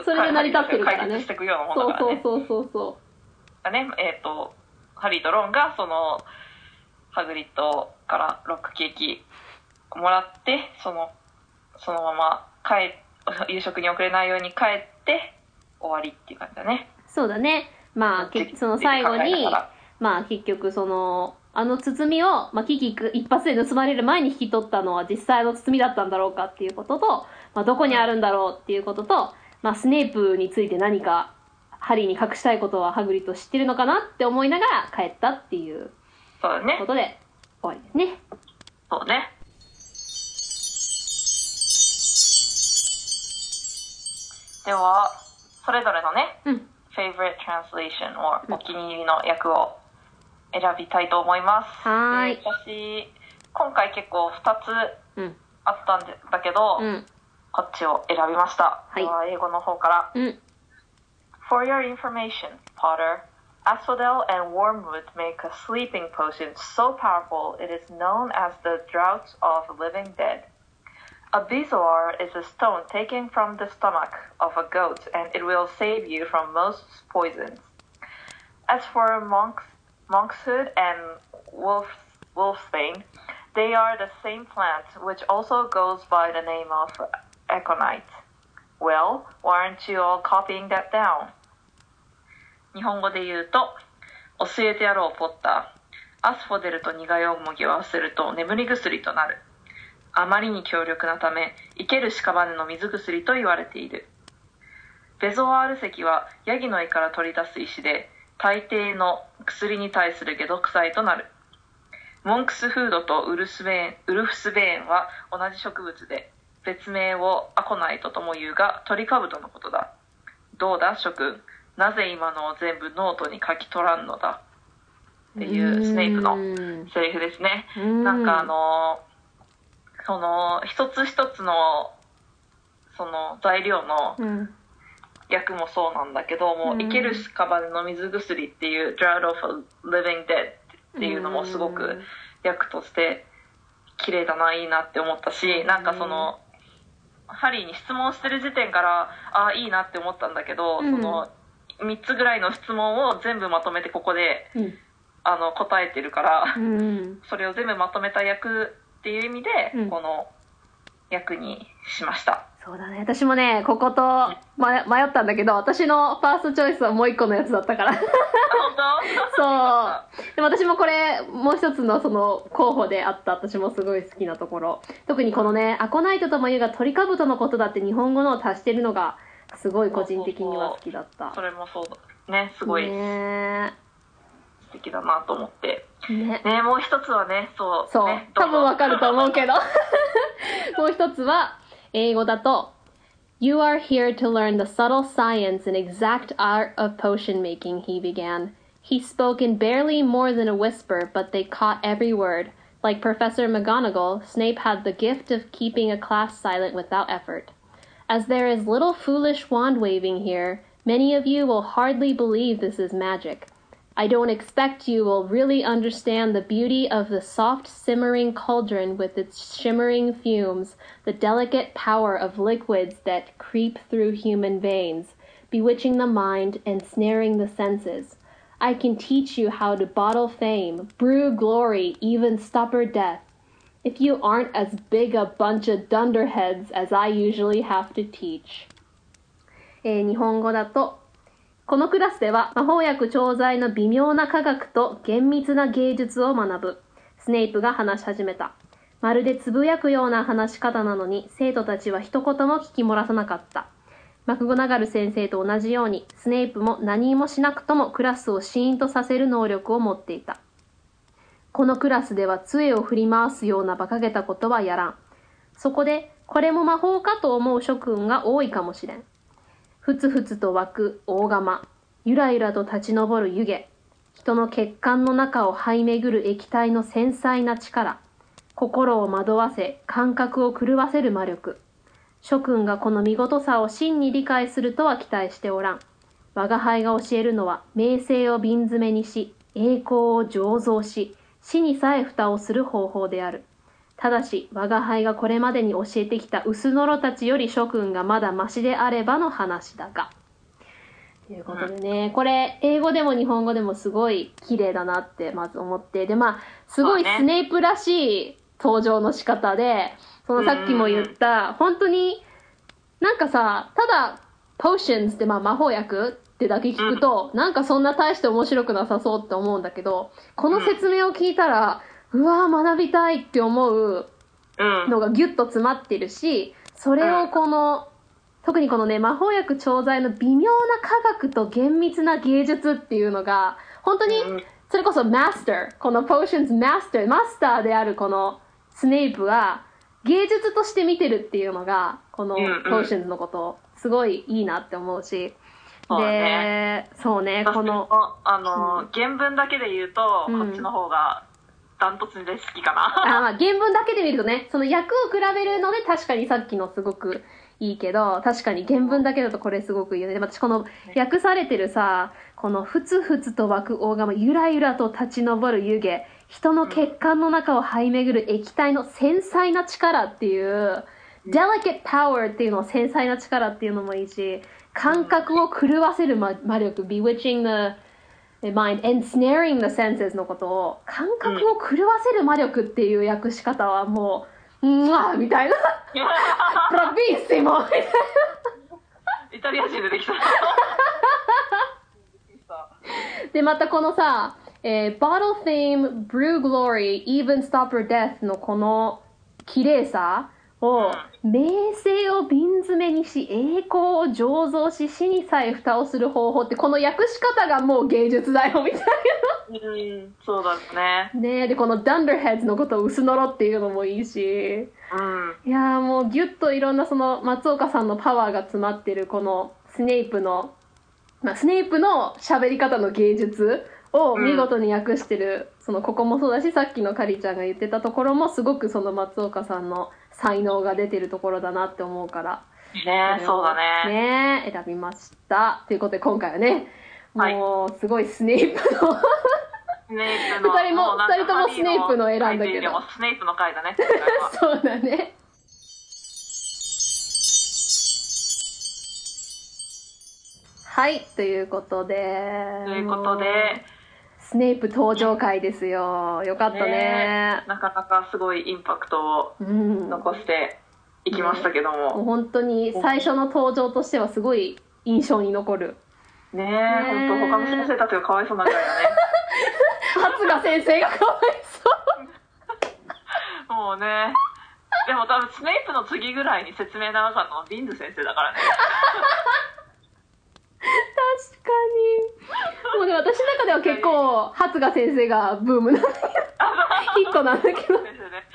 それで成り立ってるから
解
ね
決していくようなも
そ
の
う
だから
そ
ね
うそうそうそ
がね、えっ、と、ハリーとロンが、その、ハグリッドからロックケーキもらって、その、そのまま帰、夕食に遅れないように帰って、終わりっていう感じだね。
う。そうだね。まあ、けその最後
考え
に
なが、ら
まあ結局その、あの包みを、まあ、キキ一発で盗まれる前に引き取ったのは実際の包みだったんだろうかっていうことと、まあ、どこにあるんだろうっていうことと、まあ、スネープについて何かハリーに隠したいことはハグリッド知ってるのかなって思いながら帰ったっていう
そうだね
こ。とで終わりですね。
そうね。では、それぞれのね、
うん。
favorite translation or お気に入りの訳を選びたいと思います。
はーい
で私、今回結構2つ
うん。
あったんでだけど、
うん。
こっちを選びました。
はい
では英語の方から。
うん。
For your information, Potter, Asphodel and Wormwood make a sleeping potion so powerful it is known as the Draught of Living Dead. A bezoar is a stone taken from the stomach of a goat, and it will save you from most poisons. As for monks, monkshood and wolf, wolfsbane, they are the same plant, which also goes by the name of aconite. Well, why aren't you all copying that down? 日本語で言うと、教えてやろう、ポッター。アスフォデルと苦いおもぎを合わせると眠り薬となる。あまりに強力なため、生ける屍の水薬と言われている。ベゾワール石はヤギの胃から取り出す石で、大抵の薬に対する解毒剤となる。モンクスフードとウルスベーンウルフスベーンは同じ植物で、別名をアコナイトとも言うが、トリカブトのことだ。どうだ諸君なぜ今のを全部ノートに書き取らんのだっていうスネイプの
の。
セリフですね。なんかあのーその一つ一つのその材料の
うん、
役もそうなんだけども
う
うん生ける屍の水薬っていう「Drought of Living Dead」っていうのもすごく役として綺麗だないいなって思ったしなんかそのハリーに質問してる時点からああいいなって思ったんだけど、
うん
その3つぐらいの質問を全部まとめてここで
うん、
あの答えてるから。
うん、
[laughs] それを全部まとめた役っていう意味で、
うん
この役にしました。
そうだね私もねここと、ま、迷ったんだけど私のファーストチョイスはもう一個のやつだった
[laughs]
から
あ本
そうでも私もこれもう一つのその候補であった私もすごい好きなところ特にこのね「アコナイトとも言うがトリカブトのことだ」って日本語のを足してるのがすごい個人的には好きだった
当 [laughs] それもそうだね、すごい
ね
素敵だなと思って。
えね
ね、もう一つはね、そう、
そう、
ね、ど
多
ぞ
分わかると思う
[laughs]
けどもう一つは英語だと You are here to learn the subtle science and exact art of potion making, he began. He spoke in barely more than a whisper, but they caught every word. Like Professor McGonagall, Snape had the gift of keeping a class silent without effort. As there is little foolish wand waving here, many of you will hardly believe this is magic. I don't expect you will really understand the beauty of the soft simmering cauldron with its shimmering fumes, the delicate power of liquids that creep through human veins, bewitching the mind, ensnaring the senses. I can teach you how to bottle fame, brew glory, even stopper death, if you aren't as big a bunch of dunderheads as I usually have to teach. えー Eh, 日本語だとこのクラスでは魔法薬調剤の微妙な科学と厳密な芸術を学ぶスネイプが話し始めたまるでつぶやくような話し方なのに生徒たちは一言も聞き漏らさなかったマクゴナガル先生と同じようにスネイプも何もしなくともクラスをシーンとさせる能力を持っていたこのクラスでは杖を振り回すような馬鹿げたことはやらんそこでこれも魔法かと思う諸君が多いかもしれんふつふつと湧く大釜ゆらゆらと立ち上る湯気人の血管の中を這い巡る液体の繊細な力心を惑わせ感覚を狂わせる魔力諸君がこの見事さを真に理解するとは期待しておらん我が輩が教えるのは名声を瓶詰めにし栄光を醸造し死にさえ蓋をする方法であるただし我が輩がこれまでに教えてきた薄野郎たちより諸君がまだマシであればの話だがということでねこれ英語でも日本語でもすごい綺麗だなってまず思ってでまあすご
そう
い
ね
スネープらしい登場の仕方でそのさっきも言った本当になんかさただ「potions」ってまあ魔法薬ってだけ聞くと、なんかそんな大して面白くなさそうって思うんだけどこの説明を聞いたら、うわー学びたいって思う
うん
のがギュッと詰まってるしそれをこの、特にこのね魔法薬調剤の微妙な科学と厳密な芸術っていうのが本当に
うん
それこそマスターこの potions マスターマスターであるこのスネイプは芸術として見てるっていうのがこの
うんうん
potions のことすごいいいなって思うし、
そうだ
でそうねこの
あの、原文だけで言うと、
うん
こっちの方がダントツで好きか [laughs] な
あまあ原文だけで見るとねその役を比べるので確かにさっきのすごくいいけど確かに原文だけだとこれすごくいいよねで私この訳されてるさこの「ふつふつと湧く大釜ゆらゆらと立ち上る湯気人の血管の中を這い巡る液体の繊細な力」っていう「delicate power」っていうの繊細な力っていうのもいいし感覚を狂わせる魔魔力「bewitching the The mind ensnaring the senses のことを感覚を狂わせる魔力っていう訳し方はもう、うわみたいな、プロビッシモみたいな
イタリア人出てきた
[laughs] で、またこのさ、えー Bottle Fame, Brew Glory, Even Stopper Death のこの綺麗さを、名声を瓶詰めにし、栄光を醸造し、死にさえ蓋をする方法って、この訳し方がもう芸術だよ、みたいな。
うんそうだね
ねえで、この Dunderheads のことを薄のろっていうのもいいし。
うん
いやーもうギュッといろんなその松岡さんのパワーが詰まってるこのスネイプの、まあ、スネイプの喋り方の芸術を見事に訳してる、そのここもそうだしさっきのカリちゃんが言ってたところもすごくその松岡さんの才能が出てるところだなって思うから
ねそうだね
ねえ選びましたということで今回はね
はい
もうすごいスネイプの
スネイプの
二人も
うなんか
二人ともスネイプの選んだけど
ハリーの回というよりもスネイプの回だね今回は
そうだねはいということで
ということで
スネイプ登場回ですよよかったね
ねなかなかすごいインパクトを
うんも
残していきましたけど
う
も、
本当に最初の登場としてはすごい印象に残る
ねえ
ね
本当他の先生たちがかわいそうなぐらいだね
初が先生がかわいそ
もうねでも多分スネイプの次ぐらいに説明長かったのはビンズ先生だからね
う確かにもうね私の中では結構初が先生がブー
[laughs]
ムなんだけどヒットなんだけど
先生ね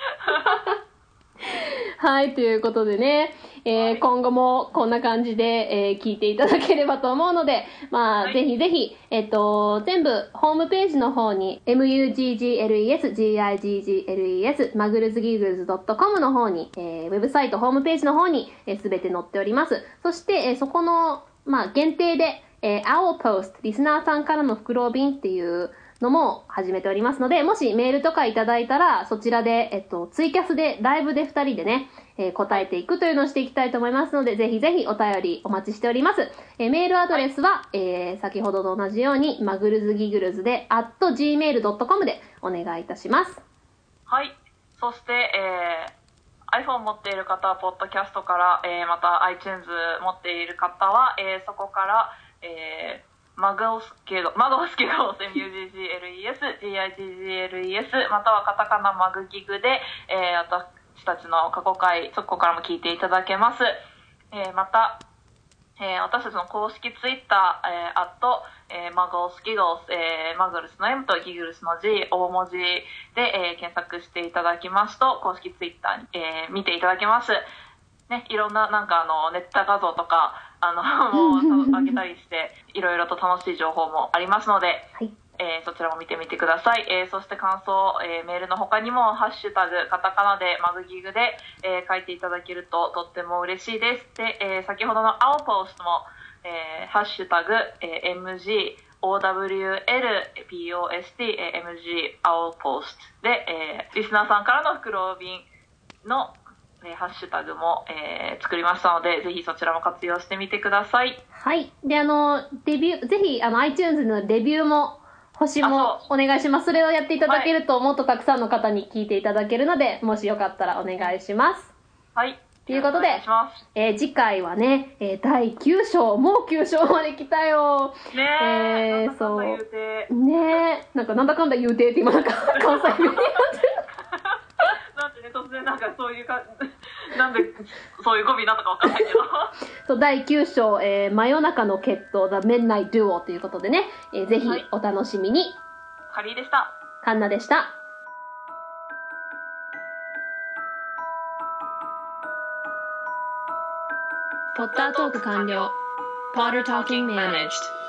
はい、ということでね、えー
はい
今後もこんな感じで、えー聞いていただければと思うので、まあ、
はい
ぜひぜひ、えっと、全部、ホームページの方に、muggles,giggles, マグルズギーグルズ .com の方に、えーウェブサイト、ホームページの方に、す、えー、べ、て載っております。そして、えーそこの、まあ、限定で、えー、Owl Post、リスナーさんからの袋便っていうのも始めておりますので、もしメールとかいただいたら、そちらで、えっと、ツイキャスで、ライブで2人でね、えー答えていくというのをしていきたいと思いますので、ぜひぜひお便りお待ちしております。えーメールアドレスは、えー先ほどと同じように、マグルズギグルズで、at gmail.com でお願いいたします。
[laughs] はい。そして、えー iPhone 持っている方は、ポッドキャストから、えーまた iTunes 持っている方は、えーそこから、えーマグオスケド、マグオスケド、MUGGLES、GIGGLES、またはカタカナマグギグで、えー私たちの過去回、そこからも聞いていただけます。えーまた、えー私たちの公式ツイッター、えー、アット、えーマグルスギゴルス、えーマグルスの M とギグルスの G、大文字で、えー検索していただきますと、公式ツイッターに、えー見ていただけます。ね、いろんな、なんかあの、ネット画像とか、あの、もう、あげたりして、いろいろと楽しい情報もありますので、
はい。
えーそちらも見てみてください。えーそして感想、えーメールの他にも、ハッシュタグ、カタカナで、マグギグで、えー書いていただけるととっても嬉しいです。で、えー先ほどの青ポーストも、えーハッシュタグ、えー MG、 OWLPOSTMG 青ポストで、えーリスナーさんからの袋瓶の、えーハッシュタグも、えー作りましたのでぜひそちらも活用してみてください
はい。で、あの、デビュー、ぜひ、あの、iTunes のレビューも、星も
あ
お願いします。それをやっていただけると、もっとたくさんの方に聞いていただけるので、もしよかったらお願いします。
はい
ということで
お願いしま
えー次回はね、えー第9章、もう9章まで来たよ。
すね
えー
えなんだかんだ言うて
ねえ、なんかなんだかんだ言うてって今なんか [laughs] 関西弁になってる。
なんでね突然なんかそういうか [laughs] なんでそういう語尾になったかわかんない
[laughs]
けどは
そう、第9章、えー真夜中の決闘、The Midnight Duo ということでね、えーぜひ
はい
お楽しみに。
りでした
カンナでした。ポッタートーク完了。Potter Talking Managed.